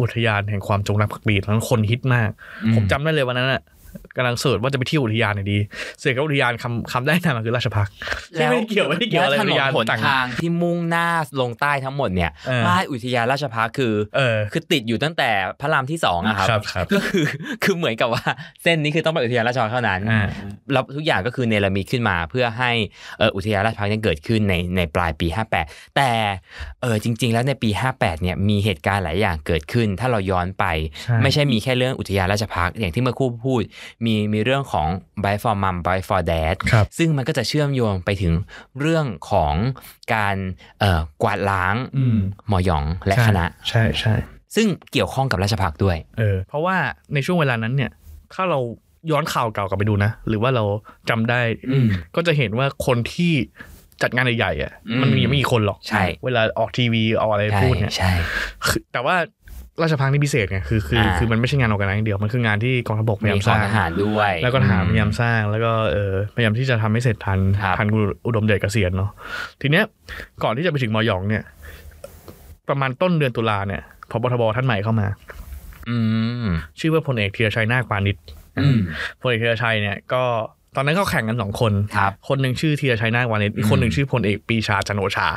Speaker 2: อุทยานแห่งความจงรักภักดีตอนนั้นคนฮิตมาก
Speaker 3: อืม
Speaker 2: ผมจำได้เลยวันนั้นอะกำลังเสิร์ชว่าจะไปเที่ยวอุทยานไหนดีเสิร์ชกับอุทยานคำคำได้นามมันคือราชพักษ์ที่ไม่ได้เกี่ยวไม่ได้เกี่ยวอะไร
Speaker 3: แลถ
Speaker 2: อุ
Speaker 3: น
Speaker 2: ท
Speaker 3: น
Speaker 2: ยาน
Speaker 3: หน
Speaker 2: ต่าง
Speaker 3: ทางที่มุ่งหน้าลงใต้ทั้งหมดเนี่ย
Speaker 2: เออ
Speaker 3: ป้ายอุทยานราชพักษ์คือ
Speaker 2: เออ
Speaker 3: คือติดอยู่ตั้งแต่พระรามที่สองอะครับ
Speaker 2: ครับครับ
Speaker 3: ก็คือ คือเหมือนกับว่าเส้นนี้คือต้องไปอุทยานราชพักษ์เท่านั้น
Speaker 2: อ่า
Speaker 3: แล้วทุกอย่างก็คือเนรมิตขึ้นมาเพื่อให้เอ่ออุทยานราชพักษ์เนี่ยเกิดขึ้นในในปลายปี 58 แต่เออจริง ๆ แล้วในปี 58เนี่ยมีเหตุการณ์หลายอย่างเกิดขึ้น ถ้าเราย้อนไป
Speaker 2: ใช่
Speaker 3: ไม่ใช่มีแค่เรื่องอุทยานราชพักษ์อย่างที่เมื่อครู่พูด มีมีเรื่องของ by for mom by for dad
Speaker 2: ครับ
Speaker 3: ซึ่งมันก็จะเชื่อมโยงไปถึงเรื่องของการเอ่อกวาดล้าง
Speaker 2: อืม
Speaker 3: หมอหยองและคณะ
Speaker 2: ใช่ใช่
Speaker 3: ซึ่งเกี่ยวข้องกับราชพักษ์ด้วย
Speaker 2: เออเพราะว่าในช่วงเวลานั้นเนี่ย ถ้าเราย้อนข่าวเก่ากลับไปดูนะ หรือว่าเราจำได้ก็จะเห็นว่าคนที่จัดงานใหญ่ๆอ่ะ
Speaker 3: อืม
Speaker 2: มันมีไม่กี่คนหรอก
Speaker 3: ใช่
Speaker 2: เวลาออกทีวีออกอะไร
Speaker 3: ใช่
Speaker 2: พูดเนี่ย
Speaker 3: ใช่
Speaker 2: คือแต่ว่าราชพังนี่พิเศษไงคือคือ
Speaker 3: อ่า
Speaker 2: คือมันไม่ใช่งานออกกันอย่างเดียว มันคืองานที่กองทัพบกพยายา
Speaker 3: มี
Speaker 2: ม
Speaker 3: ข
Speaker 2: ส
Speaker 3: อง
Speaker 2: ร้าง
Speaker 3: ทหารด้วย
Speaker 2: แล้วก็ทหารพยายามสร้าง แล้วก็เออพยายามที่จะทำให้เสร็จทัน
Speaker 3: ครับ
Speaker 2: ทันคุณอุดมเดชเกษียณเนาะทีเนี้ยก่อนที่จะไปถึงมอหยองเนี่ย ประมาณต้นเดือนตุลาเนี่ยพบทบท่านใหม่เข้ามา
Speaker 3: อืม
Speaker 2: ชื่อว่าพลเอกธีรชัยนาคปานิช
Speaker 3: อืม
Speaker 2: พลเอกธีรชัยเนี่ยก็ตอนนั้นก็แข่งกันสองคน
Speaker 3: ครับ
Speaker 2: คนหนึ่งชื่อธีรชัยนาควานิชอีกคนหนึ่งชื่อพลเอกปรีชาจันทร์โอชา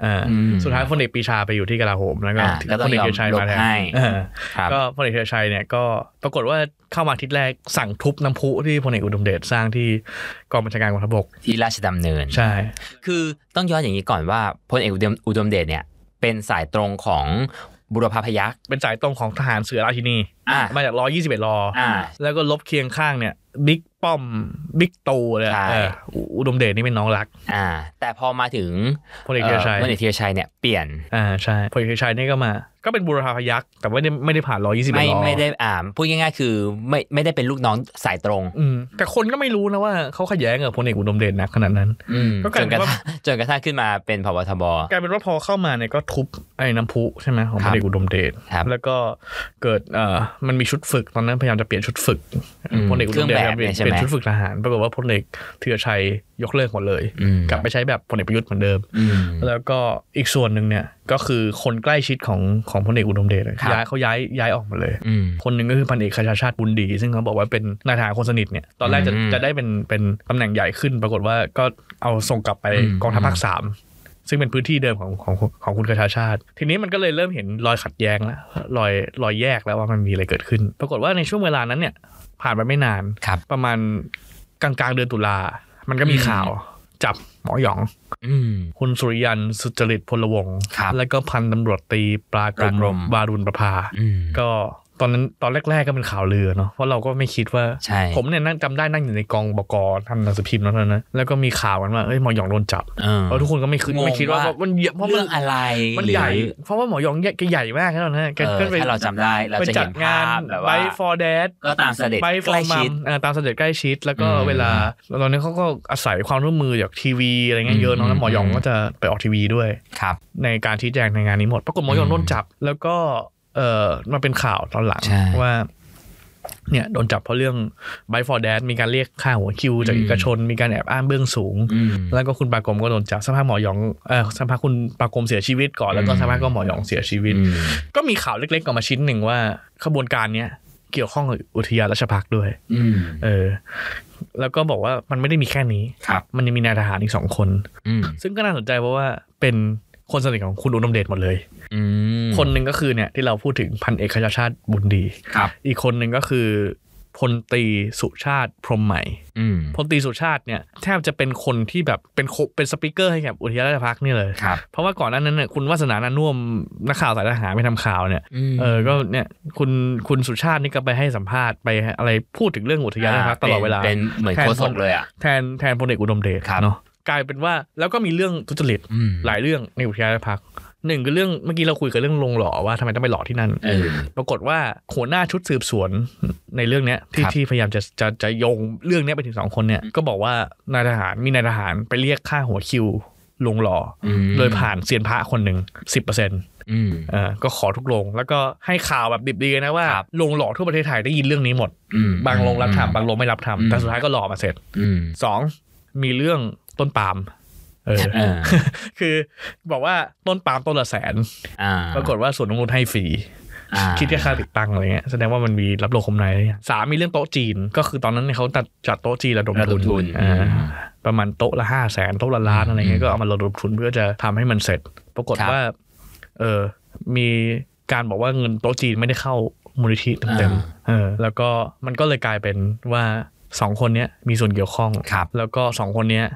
Speaker 2: เอออ
Speaker 3: ม
Speaker 2: สุดท้ายพลเอกปรีชาไปอยู่ที่กลาโหมแล้วก็
Speaker 3: อ่าก็
Speaker 2: พ
Speaker 3: ต้อง
Speaker 2: ลเอกธีรชัยมาแท
Speaker 3: ยอมลบให้
Speaker 2: นเออ
Speaker 3: ครับ
Speaker 2: ก็พลเอกธีรชัยเนี่ยก็ปรากฏว่าเข้ามาอาทิตย์แรกสั่งทุบน้ำพุที่พลเอกอุดมเดชสร้างที่กองบัญชาการกองทัพบก
Speaker 3: ที่ราชดำเนิน
Speaker 2: ใช่
Speaker 3: คือต้องย้อนอย่างนี้ก่อนว่าพลเอกอุดมอุดมเดชเนี่ย เป็นสายตรงของบุรพพยัคฆ์
Speaker 2: เป็นสายตรงของทหารเสือราชินี
Speaker 3: อ่า
Speaker 2: มาจากร้อยี่สิบเอ็ดรออ
Speaker 3: อ่า
Speaker 2: แล้วก็ลบเคียงข้างเนี่ยบิ๊กป้อมบิ๊กตูเลย
Speaker 3: ใช่
Speaker 2: เอออุดมเดชนี่เป็นน้องรัก
Speaker 3: อ่า แต่พอมาถึง
Speaker 2: พลเอกธีรชัย
Speaker 3: พลเอกธีรชัยเนี่ยเปลี่ยน
Speaker 2: อ่าใช่พลเอกชัยนี่ก็มา ก็เป็นบุรพาพยักษ์แต่ไม่ได้ไม่ได้ผ่านร้อยี่สิบ
Speaker 3: ไม่
Speaker 2: ล้อ
Speaker 3: ไม่ได้อ่าพูดง่ายๆคือไม่ไม่ได้เป็นลูกน้องสายตรง
Speaker 2: อืมแต่คนก็ไม่รู้นะว่าเขาขัดแย้งกับพลเอกอุดมเดชหนักขนาดนั้น
Speaker 3: อืม
Speaker 2: ก็ก
Speaker 3: จ
Speaker 2: ลาย
Speaker 3: น
Speaker 2: เป็
Speaker 3: กระ
Speaker 2: นว่า
Speaker 3: ทั่งจนกระทั่งขึ้นมาเป็นพบทบ
Speaker 2: กลายเป็นว่าพอเข้ามาเนี่ยก็ทุบไอ้น้ำพุใช่ไหมของพลเอกอุดมเดช
Speaker 3: ครับ
Speaker 2: แล้วก็เกิดเอ่อมันมีชุดฝึกตอนนั้นพยายามจะเปลี่ยนชุดฝึก
Speaker 3: อืม
Speaker 2: พลเอกอุดมเดช
Speaker 3: เครื่องแบบ
Speaker 2: เปลี่ยน
Speaker 3: เนี่ยใช่ไหม
Speaker 2: เปลี่ยนชุดฝึกทหารปรากฏว่าพลเอกธีรชัยยกเลิกหมดเลย
Speaker 3: อืม
Speaker 2: กลับไปใช้แบบพลเอกประยุทธ์เหมือนเดิม
Speaker 3: อืม
Speaker 2: แล้วก็อีกส่วนหนึ่งเนี่ยก็คือคนใกล้ชิดของของพลเอกอุดมเดชอะ
Speaker 3: ครับ
Speaker 2: ย้ายเขาย้ายย้ายออกหมดเลย
Speaker 3: อืม
Speaker 2: คนหนึ่งก็คือพันเอกคชาชาติบุญดี ซึ่งเขาบอกว่าเป็นนายทหารคนสนิทเนี่ยตอนแรกจะ
Speaker 3: อืม
Speaker 2: จะได้เป็นเป็นตำแหน่งใหญ่ขึ้น ปรากฏว่าก็เอาส่งกลับไป
Speaker 3: อืม
Speaker 2: กองทัพภาคสามซึ่งเป็นพื้นที่เดิมของของของคุณคชาชาติ ทีนี้มันก็เลยเริ่มเห็นรอยขัดแย้งแล้วรอยรอยแยกแล้วว่ามันมีอะไรเกิดขึ้น ปรากฏว่าในช่วงเวลานั้นเนี่ยผ่านไปไม่นาน
Speaker 3: ครับ
Speaker 2: ประมาณกลางกลางๆเดือนตุลา มันก็มี
Speaker 3: อืม
Speaker 2: ข่าวจับหมอหยอง
Speaker 3: อืม
Speaker 2: คุณสุริยันสุจริตพลวงศ์
Speaker 3: ครับ
Speaker 2: แล้วก็พันตำรวจตีปลากร
Speaker 3: ปลากร
Speaker 2: ม
Speaker 3: ม
Speaker 2: วารุณประภา
Speaker 3: อืม
Speaker 2: ก็ ตอนนั้นตอนแรก ๆก็เป็นข่าวลือเนาะเพราะเราก็ไม่คิดว่า
Speaker 3: ใช่
Speaker 2: ผมเนี่ยนั่งจำได้นั่งอยู่ในกองบกทำหนังสือพิมพ์นั้นนะแล้วก็มีข่าวกันว่าเอ้ยหมอหยองโดนจับ
Speaker 3: เออ
Speaker 2: แล้วทุกคนก็ไม่คิด
Speaker 3: งง
Speaker 2: ไม่คิดว่า
Speaker 3: ว่า
Speaker 2: มันเหยอะเพราะมั
Speaker 3: เรื่
Speaker 2: น
Speaker 3: องอะไร
Speaker 2: มัน
Speaker 3: หรือ
Speaker 2: ใหญ่ เพราะว่าหมอหยองเนี่ยแกใหญ่มากนะตอนนั้นนะแก
Speaker 3: เออ
Speaker 2: ขึ้นไป
Speaker 3: ถ้าเราจำได้เรา
Speaker 2: ไป
Speaker 3: จะ
Speaker 2: จั
Speaker 3: เห็
Speaker 2: ด
Speaker 3: น
Speaker 2: งา
Speaker 3: ภาน พแบบ
Speaker 2: ไป
Speaker 3: ว่า
Speaker 2: ฟอร์เดด
Speaker 3: ก็ตามเสด็จ
Speaker 2: ไป
Speaker 3: ใกล้ชิด
Speaker 2: เอ่อตามเสด็จใกล้ชิด แล้วก็
Speaker 3: อืม
Speaker 2: เวลาตอนนี้เขาก็อาศัยความร่วมมือจากทีวีอะไรเงี้ยเยอะเนอะแล้วหมอหยอง
Speaker 3: อืม
Speaker 2: ก็จะไปออกทีวีด้วย
Speaker 3: ครับ
Speaker 2: ในการชี้แจงในงานนี้หมด ปรากฏหมอหยอง
Speaker 3: อืม
Speaker 2: โดนจับ แล้วก็เออมาเป็นข่าวตอนหลัง
Speaker 3: ใช่
Speaker 2: ว่า เนี่ยโดนจับเพราะเรื่องไบฟอร์แดดมีการเรียกค่าหัวคิวจาก
Speaker 3: อืม
Speaker 2: เอกชน มีการแอบอ้างเบื้องสูง
Speaker 3: อืม
Speaker 2: แล้วก็คุณปรากรมก็โดนจับสภาพกหมอหยองเออสภาพกคุณปรากรมเสียชีวิตก่อนแล้วก็
Speaker 3: อืม
Speaker 2: สภาพกก็หมอหยองเสียชีวิต
Speaker 3: อืม
Speaker 2: ก็มีข่าวเล็กๆออกมาชิ้นหนึ่งว่าขบวนการเนี้ยเกี่ยวข้องกับอุทยานราชพักษ์ด้วย
Speaker 3: อืม
Speaker 2: เออ แล้วก็บอกว่ามันไม่ได้มีแค่นี้
Speaker 3: ครับ
Speaker 2: มันยังมีนายทหารอีกสองคน
Speaker 3: อืม
Speaker 2: ซึ่งก็น่าสนใจเพราะว่าเป็นคนสนิทของคุณอุดมเดชหมดเลย
Speaker 3: อืม
Speaker 2: คนหนึ่งก็คือเนี่ยที่เราพูดถึงพันเอกขจรชาติบุญดี
Speaker 3: ครับ
Speaker 2: อีกคนหนึ่งก็คือพลตรีสุชาติพรหมใหม่
Speaker 3: อืม
Speaker 2: พลตรีสุชาติเนี่ยแทบจะเป็นคนที่แบบเป็นโคเป็นสปิเกอร์ให้กับอุทยานราชพักษ์นี่เลย
Speaker 3: ครับ
Speaker 2: เพราะว่าก่อนหน้านั้นเนี่ยคุณวัฒนานานุ่วมนักข่าวสายทหารไปทำข่าวเนี่ย
Speaker 3: ม
Speaker 2: เออ ก็เนี่ยคุณคุณสุชาตินี่ก็ไปให้สัมภาษณ์ไปอะไรพูดถึงเรื่องอุทยานราชพักษ์ตลอดเวลา
Speaker 3: เป็นเป็นเหมือน
Speaker 2: แทน
Speaker 3: โค้ชเลยอ่ะ
Speaker 2: แทนแทนพลเอกอุดมเดช
Speaker 3: ครับ
Speaker 2: เนาะกลายเป็นว่าแล้วก็มีเรื่องทุจริต
Speaker 3: อืม
Speaker 2: หลายเรื่องในอุทยานราชพักษ์หนึ่งคือเรื่องเมื่อกี้เราคุยกันเรื่องลงหล่อว่าทำไมต้องไปหล่อที่นั่น
Speaker 3: เออ
Speaker 2: ปรากฏว่าหัวหน้าชุดสืบสวน ในเรื่องเนี้ยที่
Speaker 3: ครับ
Speaker 2: ที่พยายามจะจะจะโยงเรื่องเนี้ยไปถึงสองคนเนี่ยก็บอกว่านายทหารมีนายทหารไปเรียกค่าหัวคิวลงหล่ออ
Speaker 3: อืม
Speaker 2: โดยผ่านเซียนพระคนหนึ่งสิบเปอร์เซ็นต์
Speaker 3: อืม
Speaker 2: อ่าก็ขอทุกลง แล้วก็ให้ข่าวแบบดิบดีเลยนะว่า
Speaker 3: ครับ
Speaker 2: ลงหล่อทั่วประเทศไทยได้ยินเรื่องนี้หมด
Speaker 3: อืม
Speaker 2: บางลงรับทำบางลงไม่รับ
Speaker 3: อืม
Speaker 2: ทำแต่สุดท้ายก็หล่อมาเสร็จ
Speaker 3: อืม
Speaker 2: สองมีเรื่องต้นปาล์มเออ
Speaker 3: เออ
Speaker 2: คือบอกว่าต้นปาล์มต้นละแสน
Speaker 3: อ่า
Speaker 2: ปรากฏว่าสวนนงนุชให้ฟรี
Speaker 3: อ่า
Speaker 2: คิดแค่ค่าติดตั้งอะไรเงี้ยแสดงว่ามันมีรับโลคมในอะไรเงี้ยสามมีเรื่องโต๊ะจีน ก็คือตอนนั้นเนี่ยเขาจัดจัดโต๊ะจีนระดม
Speaker 3: ระด
Speaker 2: ทุ
Speaker 3: ม
Speaker 2: น
Speaker 3: ทุน
Speaker 2: อ่าประมาณโต๊ะละห้าแสนโต๊ะละล้านอะไรเงี้ยก็เอามาระดมทุนเพื่อจะทำให้มันเสร็จ ปรากฏว่า เออมีการบอกว่าเงินโต๊ะจีนไม่ได้เข้ามูลนิธิเต็มๆเออ แล้วก็มันก็เลยกลายเป็นว่าสองคนเนี้ยมีส่วนเกี่ยวข้อง
Speaker 3: ครับ
Speaker 2: แล้วก็สองคนเนี้ย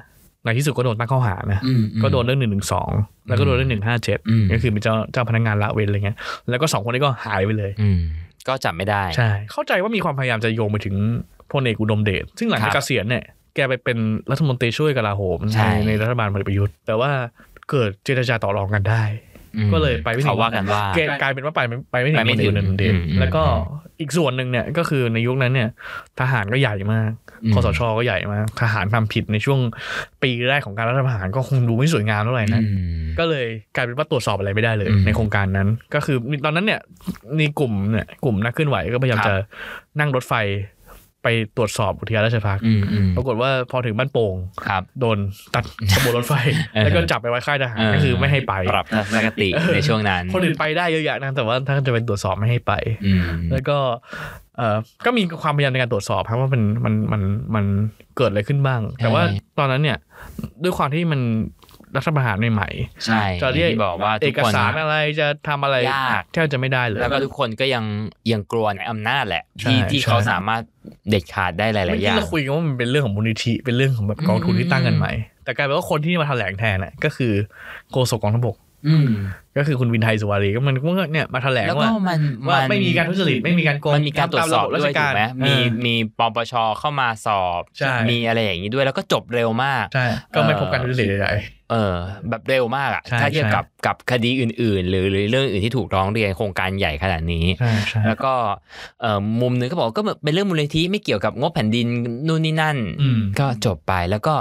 Speaker 2: ในที่สุดก็โดนตั้งข้อหานะ
Speaker 3: อืมอืม
Speaker 2: ก็โดนเรื่องหนึ่งหนึ่งสองแล้วก็โดนเรื่องหนึ่งห้าเจ็ด
Speaker 3: อืม
Speaker 2: ก็คือเป็นเจ้าเจ้าพนักงานละเว้นอะไรเงี้ยแล้วก็สองคนนี้ก็หายไปเลย
Speaker 3: อืมก็จับไม่ได้
Speaker 2: ใช่ เข้าใจว่ามีความพยายามจะโยงไปถึงพลเอกอุดมเดชซึ่งหลังจากเก
Speaker 3: ครับ
Speaker 2: ษียณเนี่ยแกไปเป็นรัฐมนตรีช่วยกลาโหม
Speaker 3: ใช่
Speaker 2: ในในรัฐบาลพลเอกประยุทธ์ แต่ว่าเกิดเจรจาต่อรองกันได้
Speaker 3: อืม
Speaker 2: ก็เลยไปไม่ถึง
Speaker 3: เขาว่ากันว่า
Speaker 2: แกกลายเป็นว่าไปไม่ไปไม่ถึง
Speaker 3: ไปไม่
Speaker 2: พล
Speaker 3: ถึ
Speaker 2: เอก
Speaker 3: ง
Speaker 2: อุดมเดช
Speaker 3: อืมอืม
Speaker 2: แล้วก็อีกส่วนหนึ่งเนี่ยก็คือในยุคนั้นเนี่ยทหารก็ใหญ่มาก
Speaker 3: อืม
Speaker 2: คอสชก็ใหญ่มากทหารทำผิดในช่วงปีแรกของการรัฐประหารก็คงดูไม่สวยงามเท่าไหร่นะ
Speaker 3: อืม
Speaker 2: ก็เลยกลายเป็นว่าตรวจสอบอะไรไม่ได้เลย
Speaker 3: อืม
Speaker 2: ในโครงการนั้น ก็คือตอนนั้นเนี่ยมีกลุ่มเนี่ยกลุ่มนักเคลื่อนไหวก็พยายาม
Speaker 3: ครับ
Speaker 2: จะนั่งรถไฟไปตรวจสอบอุทยานราชพักษ์
Speaker 3: อืมอืม
Speaker 2: ปรากฏว่าพอถึงบ้านโป่ง
Speaker 3: ครับ
Speaker 2: โดนตัด ขบวนรถไฟ
Speaker 3: เออ
Speaker 2: แล้วก็จับไปไว้ค่ายทหารก็คือไม่ให้ไป
Speaker 3: ปรับทัศนคติ
Speaker 2: เออ
Speaker 3: ในช่วงนั้น
Speaker 2: คนอื่นไปได้เยอะแยะนะแต่ว่าถ้าจะเป็นตรวจสอบไม่ให้ไป
Speaker 3: อืม
Speaker 2: แล้วก็เอ่อก็มีความพยายามในการตรวจสอบครับว่ามันมันมันมันเกิดอะไรขึ้นบ้าง แต่ว่าตอนนั้นเนี่ยด้วยความที่มันรัฐประหารใหม่ๆ
Speaker 3: ใช่
Speaker 2: จะเรียก
Speaker 3: ที่บอกว่า
Speaker 2: เอ
Speaker 3: ทุก
Speaker 2: ก
Speaker 3: คน
Speaker 2: สารอะไรจะทำอะไร
Speaker 3: ยาก
Speaker 2: แทบจะไม่ได้เลย
Speaker 3: แล้วก็ทุกคนก็ยังยังกลัวในอำนาจแหละ ที่
Speaker 2: ใช่
Speaker 3: ที่เขา
Speaker 2: ใช่
Speaker 3: สามารถเด็ดขาดได้หลาย
Speaker 2: เมื่อ
Speaker 3: ๆอ
Speaker 2: กี้
Speaker 3: ย่าง
Speaker 2: เราคุยกันว่ามันเป็นเรื่องของมูลนิธิเป็นเรื่องของแบบกองทุนที่ตั้งกันใหม่ แต่กลายเป็นว่าคนที่มาแถลงแทนน่ะก็คือโฆษกกองทัพบก
Speaker 3: อืม
Speaker 2: ก็คือคุณวินไทยสุวารีก็มันก็เนี่ยมาแถลง
Speaker 3: แล้วก็
Speaker 2: ว่า
Speaker 3: มัน
Speaker 2: ว่าไม่มีการทุจริตไม่มีการโกง
Speaker 3: มันมีการตรวจสอบ
Speaker 2: ทำตามระบบ
Speaker 3: ด้วย
Speaker 2: ราช
Speaker 3: ถู
Speaker 2: การ
Speaker 3: กไหมมี
Speaker 2: เออ
Speaker 3: มีปปชเข้ามาสอบ
Speaker 2: ใช่
Speaker 3: มีอะไรอย่างนี้ด้วยแล้วก็จบเร็วมาก
Speaker 2: ใช่ก็ไม่พบการทุจริตใด
Speaker 3: เออ แบบเร็วมากอ่ะ
Speaker 2: ใช่
Speaker 3: ถ้าเทียบ
Speaker 2: ใช่
Speaker 3: กับกับคดีอื่น ๆ หรือหรือเรื่องอื่นที่ถูกร้องเรียนโครงการใหญ่ขนาดนี้
Speaker 2: ๆใช่ใช่
Speaker 3: แล้วก็เอ่อมุมหนึงก็บอกว่าก็เป็นเรื่องมูลนิธิไม่เกี่ยวกับงบแผ่นดินนู่นนี่นั่น
Speaker 2: อืม
Speaker 3: ก็จบไปแล้วก็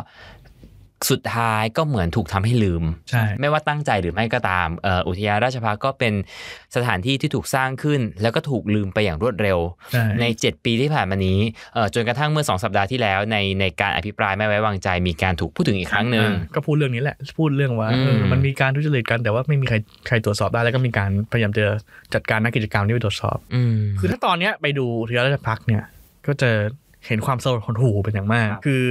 Speaker 3: สุดท้ายก็เหมือนถูกทำให้ลืม
Speaker 2: ใช่
Speaker 3: ไม่ว่าตั้งใจหรือไม่ก็ตามเอ่ออุทยานราชภัฏก็เป็นสถานที่ที่ถูกสร้างขึ้น แล้วก็ถูกลืมไปอย่างรวดเร็ว
Speaker 2: ใช่
Speaker 3: ใน 7 ปีที่ผ่านมานี้เอ่อจนกระทั่งเมื่อ 2 สัปดาห์ที่แล้ว ในในการอภิปรายไม่ไว้วางใจมีการถูกพูดถึงอีกครั้งหนึ่ง
Speaker 2: ก็พูดเรื่องนี้แหละ พูดเรื่องว่า
Speaker 3: อืม
Speaker 2: เออมันมีการทุจริตกันแต่ว่าไม่มีใครใครตรวจสอบได้แล้วก็มีการพยายามจะจัดการนักกิจกรรมที่ไปตรวจสอบ
Speaker 3: อืม
Speaker 2: คือถ้าตอนเนี้ยไปดูเทียราชพักเนี่ย ก็จะเห็นความสลดหดหู่เป็นอย่างมาก
Speaker 3: ครับ
Speaker 2: คือ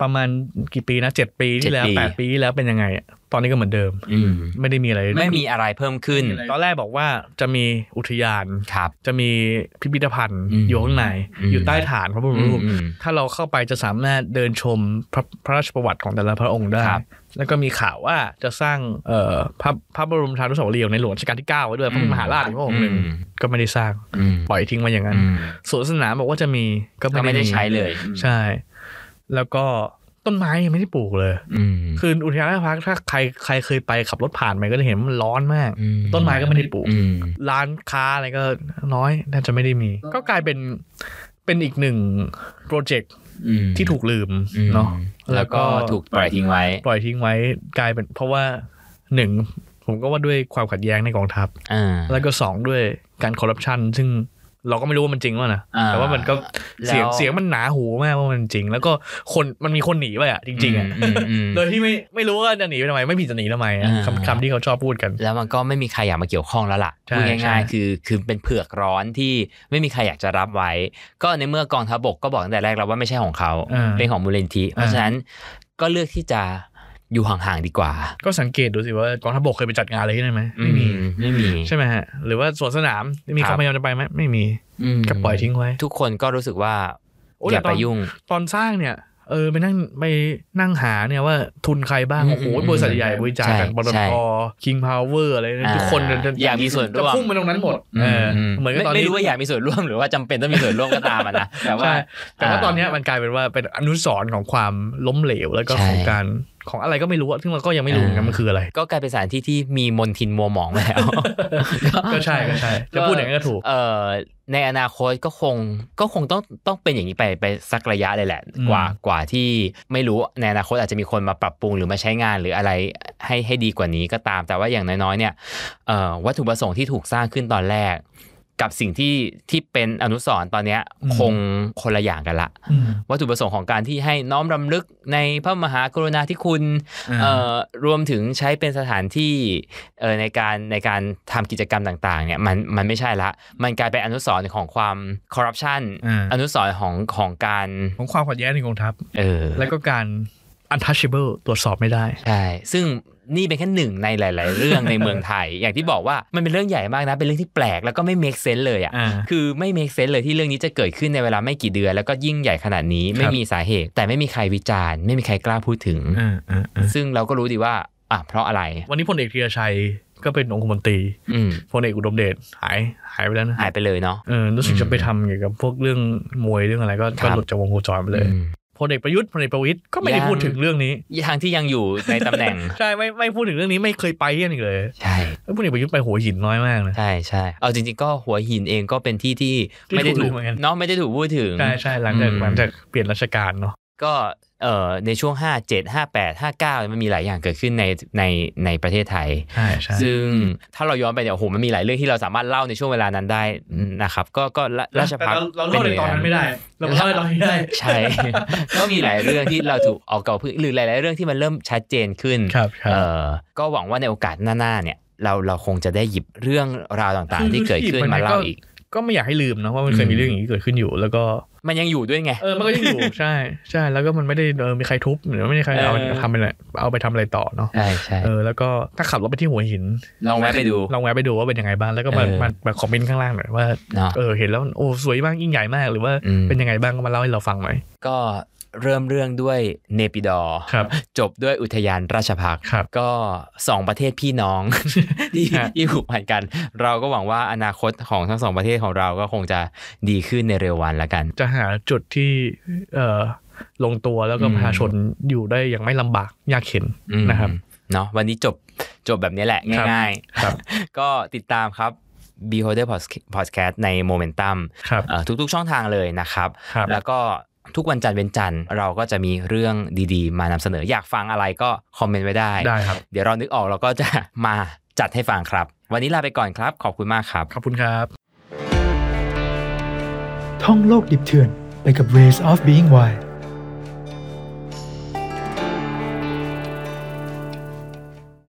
Speaker 2: ประมาณกี่ปีนะเจ็ดปีที่แล้ว
Speaker 3: เจ็ดปี
Speaker 2: แปดปีที่แล้วเป็นยังไงอะ ตอนนี้ก็เหมือนเดิม
Speaker 3: อืม
Speaker 2: ไม่ได้มีอะไร
Speaker 3: ไม่มีอะไรเพิ่มขึ้น
Speaker 2: ตอนแรกบอกว่าจะมีอุทยาน
Speaker 3: ครับ
Speaker 2: จะมีพิพิธภัณฑ์
Speaker 3: อืม
Speaker 2: อยู่ข้างใน
Speaker 3: อืม
Speaker 2: อยู่ใต้ฐานพระบรมรูป
Speaker 3: อืม
Speaker 2: ถ้าเราเข้าไปจะสามารถเดินชมพระพระราชประวัติของแต่ละพระองค์ได้
Speaker 3: ครับ
Speaker 2: แล้วก็มีข่าวว่าจะสร้างเอ่อพระพระบรมธานุสาวรีย์ของในหลวงรัชกาลที่ 9 ไว้ด้วยเพราะมนมหาราชอีกพระองค์หนึ่งก็ไม่ได้สร้าง
Speaker 3: อืม
Speaker 2: ปล่อยทิ้งไว้อย่างนั้น
Speaker 3: อืม
Speaker 2: สวนสนามบอกว่าจะมีก็
Speaker 3: ก็ไม่ได้
Speaker 2: มี
Speaker 3: ใช้เลย
Speaker 2: ใช่ แล้วก็ต้นไม้ยังไม่ได้ปลูกเลย
Speaker 3: อืม
Speaker 2: คืออุทยานราชพักษ์ถ้าใครใครเคยไปขับรถผ่านไปก็จะเห็นว่ามันร้อนมาก ต้นไม้ก็ไม่ได้ปลูก
Speaker 3: อืม
Speaker 2: ร้านค้าอะไรก็น้อยน่าจะไม่ได้มี ก็กลายเป็นเป็นอีกหนึ่งโปรเจกต์
Speaker 3: อืม
Speaker 2: ที่ถูกลืม
Speaker 3: อืม
Speaker 2: เนาะ
Speaker 3: แล้วก็ถูกปล่อยทิ้งไว้
Speaker 2: ปล่อยทิ้งไว้กลายเป็นเพราะว่าหนึ่งผมก็ว่าด้วยความขัดแย้งในกองทัพ
Speaker 3: อ่า
Speaker 2: แล้วก็สองด้วยการคอร์รัปชันซึ่งเราก็ไม่รู้ว่ามันจริงว่านะ
Speaker 3: อ่า
Speaker 2: แต่ว่ามันก็เสียง
Speaker 3: แล้ว
Speaker 2: เสียงมันหนาหูมากว่ามันจริง แล้วก็คนมันมีคนหนีไปอ่ะจริงๆอ่ะ
Speaker 3: อืมอืมอืม
Speaker 2: โดยที่ไม่ไม่รู้ว่าจะหนีไปทำไมไม่ผิดจะหนีทำไมอะ
Speaker 3: อ่า
Speaker 2: คำคำที่เขาชอบพูดกัน
Speaker 3: แล้วมันก็ไม่มีใครอยากมาเกี่ยวข้องแล้วล่ะ
Speaker 2: ใช่
Speaker 3: พูดง่าย
Speaker 2: ใช่
Speaker 3: ๆ คือคือเป็นเผือกร้อนที่ไม่มีใครอยากจะรับไว้ ก็ในเมื่อกองทัพบกก็บอกตั้งแต่แรกแล้วว่าไม่ใช่ของเขา
Speaker 2: อ่า
Speaker 3: เป็นของมูลนิธิเพราะ
Speaker 2: อ่า
Speaker 3: ฉะนั้นก็เลือกที่จะอยู่ห่างๆดีกว่า
Speaker 2: ก็สังเกตดูสิว่ากองทัพบกเคยไปจัดงานอะไรที่นั่นไหมไม่มี
Speaker 3: อืไม่มี
Speaker 2: ใช่ไหมฮะ หรือว่าสวนสนามมี
Speaker 3: ค
Speaker 2: ค
Speaker 3: รั
Speaker 2: วา
Speaker 3: บ
Speaker 2: มพยายามจะไปไหมไม่มี
Speaker 3: อืม
Speaker 2: ก็ปล่อยทิ้งไว้
Speaker 3: ทุกคนก็รู้สึกว่า
Speaker 2: โอ้ย
Speaker 3: อย่า
Speaker 2: แต่ต
Speaker 3: ไป
Speaker 2: อน
Speaker 3: ยุ่ง
Speaker 2: ตอนสร้างเนี่ย เออไปนั่งไปนั่งหาเนี่ยว่าทุนใครบ้าง
Speaker 3: อืม
Speaker 2: โอ้โห
Speaker 3: อืม
Speaker 2: บริษัทใหญ่บริจาคกัน
Speaker 3: ใช่
Speaker 2: ปต
Speaker 3: ใช่
Speaker 2: ทคิงพาวเวอร์อะไรเนี่ย
Speaker 3: อ่า
Speaker 2: ทุกคนจะ
Speaker 3: อยากมีส่วนร่วม
Speaker 2: จะพุ่งมาตรงนั้นหมดเอออเหมือนกับตอนนี้
Speaker 3: ไไม่รู้ว่าอยากมีส่วนร่วมหรือว่าจำเป็นต้องมีส่วนร่วมก็ตามอะนะแต่ว่า
Speaker 2: ใช่แต่ว่าตอนเนี้ยมันกลายเป็นว่าเป็นอนุสรณ์ของความล้มเหลวแล้วก็
Speaker 3: ใช่
Speaker 2: ของการของอะไรก็ไม่รู้อะซึ่งเราก็ยังไม่รู้เหมือนกัน
Speaker 3: อ่ามั
Speaker 2: มันคืออะไร
Speaker 3: ก็กลายเป็นสถานที่ที่มีมนทินมัวหมองไปแล้ว
Speaker 2: ก็ใช่ก็ใช่จะพูดอย่างนั้นก็ถูก
Speaker 3: เอ่อในอนาคตก็คงก็คงต้องต้องเป็นอย่างนี้ไปไปสักระยะเลยแหละ
Speaker 2: อืม
Speaker 3: กว่ากว่าที่ไม่รู้ในอนาคตอาจจะมีคนมาปรับปรุงหรือมาใช้งานหรืออะไรให้ให้ดีกว่านี้ก็ตาม แต่ว่าอย่างน้อยๆเนี่ยเอ่อวัตถุประสงค์ที่ถูกสร้างขึ้นตอนแรก กับสิ่งที่ที่เป็นอนุสรณ์ตอนเนี้ยคงคนละอย่างกันละ
Speaker 2: อืม
Speaker 3: วัตถุประสงค์ของการที่ให้น้อมรำลึกในพระมหากรุณาธิคุณ
Speaker 2: อ่า
Speaker 3: เอ่อรวมถึงใช้เป็นสถานที่เอ่อในการในการทำกิจกรรมต่างๆเนี่ยมันมันไม่ใช่ละ มันกลายเป็นอนุสรณ์ของความคอร์รัปชัน
Speaker 2: อ่า
Speaker 3: อนุสรณ์ของของการ
Speaker 2: ของความขัดแย้งในกองทัพ
Speaker 3: เออ
Speaker 2: แล้วก็การ untouchable ตรวจสอบไม่ได้
Speaker 3: ใช่ซึ่งนี่เป็นแค่หนึ่งในหลาย ๆ เรื่องในเมืองไทย อย่างที่บอกว่ามันเป็นเรื่องใหญ่มากนะเป็นเรื่องที่แปลกแล้วก็ไม่เมคเซนเลยอ่ะ
Speaker 2: อ่า
Speaker 3: คือไม่ make sense เลยที่เรื่องนี้จะเกิดขึ้นในเวลาไม่กี่เดือน แล้วก็ยิ่งใหญ่ขนาดนี้ไม่มีสาเหตุ แต่ไม่มีใครวิจารณ์ ไม่มีใครกล้าพูดถึง
Speaker 2: อ่าอ่าอ่า
Speaker 3: ซึ่งเราก็รู้ดีว่าอ่ะเพราะอะไร
Speaker 2: วันนี้พลเอกธีรชัยก็เป็นองคมนตรี
Speaker 3: อืม
Speaker 2: พลเอกอุดมเดชหายหายไปแล้วนะ
Speaker 3: หายไปเลยเนาะ
Speaker 2: เออรู้สึก
Speaker 3: อืม
Speaker 2: จะไปทำเกี่ยวกับพวกเรื่องมวยเรื่องอะไรก็
Speaker 3: ครั
Speaker 2: ก็
Speaker 3: บ
Speaker 2: หลุดจากวงโคจรไปเลย
Speaker 3: อืม
Speaker 2: พลเอกประยุทธ์พลเอกประวิตยก็ไม่ได้
Speaker 3: ยัง
Speaker 2: พูดถึงเรื่องนี้
Speaker 3: ทางที่ยังอยู่ในตำแหน่ง
Speaker 2: ใช่ไม่ไม่พูดถึงเรื่องนี้ไม่เคยไปกันอีกเลย
Speaker 3: ใช่
Speaker 2: แล้วพลเอกประยุทธ์ไปหัวหินน้อยมากนะ
Speaker 3: ใช่ใช่เอาจริง ๆ ก็หัวหินเองก็เป็นที่ที่
Speaker 2: ที่
Speaker 3: ไม่ได้
Speaker 2: ถูก
Speaker 3: ถู
Speaker 2: ลื
Speaker 3: ก
Speaker 2: มเหมือนกัน
Speaker 3: เนาะไม่ได้ถูกพูดถึง
Speaker 2: ใช่ใช่หลังจาก
Speaker 3: อืม
Speaker 2: หลังจากเปลี่ยนราชการเนาะ
Speaker 3: ก็เอ่อในช่วง 5 7 5 8 5 9 มันมีหลายอย่างเกิดขึ้นในในในประเทศไทย
Speaker 2: ใช่ใช่
Speaker 3: ซึ่งถ้าเราย้อนไปเนี่ยโอ้โหมันมีหลายเรื่องที่เราสามารถเล่าในช่วงเวลานั้นได้นะครับ ก็ก็ละราชพัก
Speaker 2: เราเล่าในตอนนี้ได้
Speaker 3: ใช่ ก็มีหลายเรื่องที่เราถูกเอาเก่าพื้นหรือหลาย ๆ เรื่องที่มันเริ่มชัดเจนขึ้น
Speaker 2: ครับครั
Speaker 3: เอบ อก็หวังว่าในโอกาสหน้าๆเนี่ย เราเราคงจะได้หยิบเรื่องราวต่างๆ ที่เกิดขึ้นมาเล่าอีก
Speaker 2: ก็ไม่อยากให้ลืมนะว่ามันเคยมีเรื่องอย่างนี้เกิดขึ้นอยู่แล้วก็
Speaker 3: มันยังอยู่ด้วยไง
Speaker 2: เออ มันก็ยังอยู่ ใช่ ใช่ แล้วก็มันไม่ได้เออมีใครทุบหรือไม่ได้ใครเอา
Speaker 3: เออ
Speaker 2: ทำอะไรเอาไปทำอะไรต่อเนาะ
Speaker 3: ใช่ใช่
Speaker 2: เออ แล้วก็ถ้าขับรถไปที่หัวหิน
Speaker 3: ลองแวะไปดู
Speaker 2: ลองแวะไปดูว่าเป็นยังไงบ้าง แล้วก็มา
Speaker 3: เออ
Speaker 2: มามาคอมเมนต์ข้างล่างหน่อยว่า
Speaker 3: เนาะ
Speaker 2: เออ เห็นแล้ว โอ้ สวยมาก ยิ่งใหญ่มาก หรือว่า
Speaker 3: อืม
Speaker 2: เป็นยังไงบ้างก็มาเล่าให้เราฟังหน่อย
Speaker 3: ก็เริ่มเรื่องด้วยเนปิดอ
Speaker 2: ครับ
Speaker 3: จบด้วยอุทยานราชพักษ์
Speaker 2: ครับ
Speaker 3: ก็สองประเทศพี่น้อง ที่
Speaker 2: ฮะ
Speaker 3: ที่ผูกพันกัน เราก็หวังว่าอนาคตของทั้งสองประเทศของเราก็คงจะดีขึ้นในเร็ววันละกัน
Speaker 2: จะหาจุดที่ เออลงตัวแล้วก็
Speaker 3: อืม
Speaker 2: ประชาชนอยู่ได้อย่างไม่ลำบากยากเข็น
Speaker 3: อืม
Speaker 2: นะครับ
Speaker 3: เนาะวันนี้จบจบแบบนี้แหละ
Speaker 2: ครับ
Speaker 3: ง่าย
Speaker 2: ครับ
Speaker 3: ๆ ก็ติดตามครับ Beholder Podcast ใน Momentum
Speaker 2: ครับ
Speaker 3: เอ่อทุกๆช่องทางเลยนะครับ
Speaker 2: ครับ
Speaker 3: แล้วก็ทุกวันจันทร์เป็นจันทร์เราก็จะมีเรื่องดีๆ มานำเสนออยากฟังอะไรก็คอมเมนต์ไว้ได้
Speaker 2: ได้ครับ
Speaker 3: เดี๋ยวเรานึกออกเราก็จะ มาจัดให้ฟังครับ วันนี้ลาไปก่อนครับ ขอบคุณมากครับ
Speaker 2: ขอบคุณครับ
Speaker 4: ท่องโลกดิบเถื่อนไปกับ Ways of Being Wild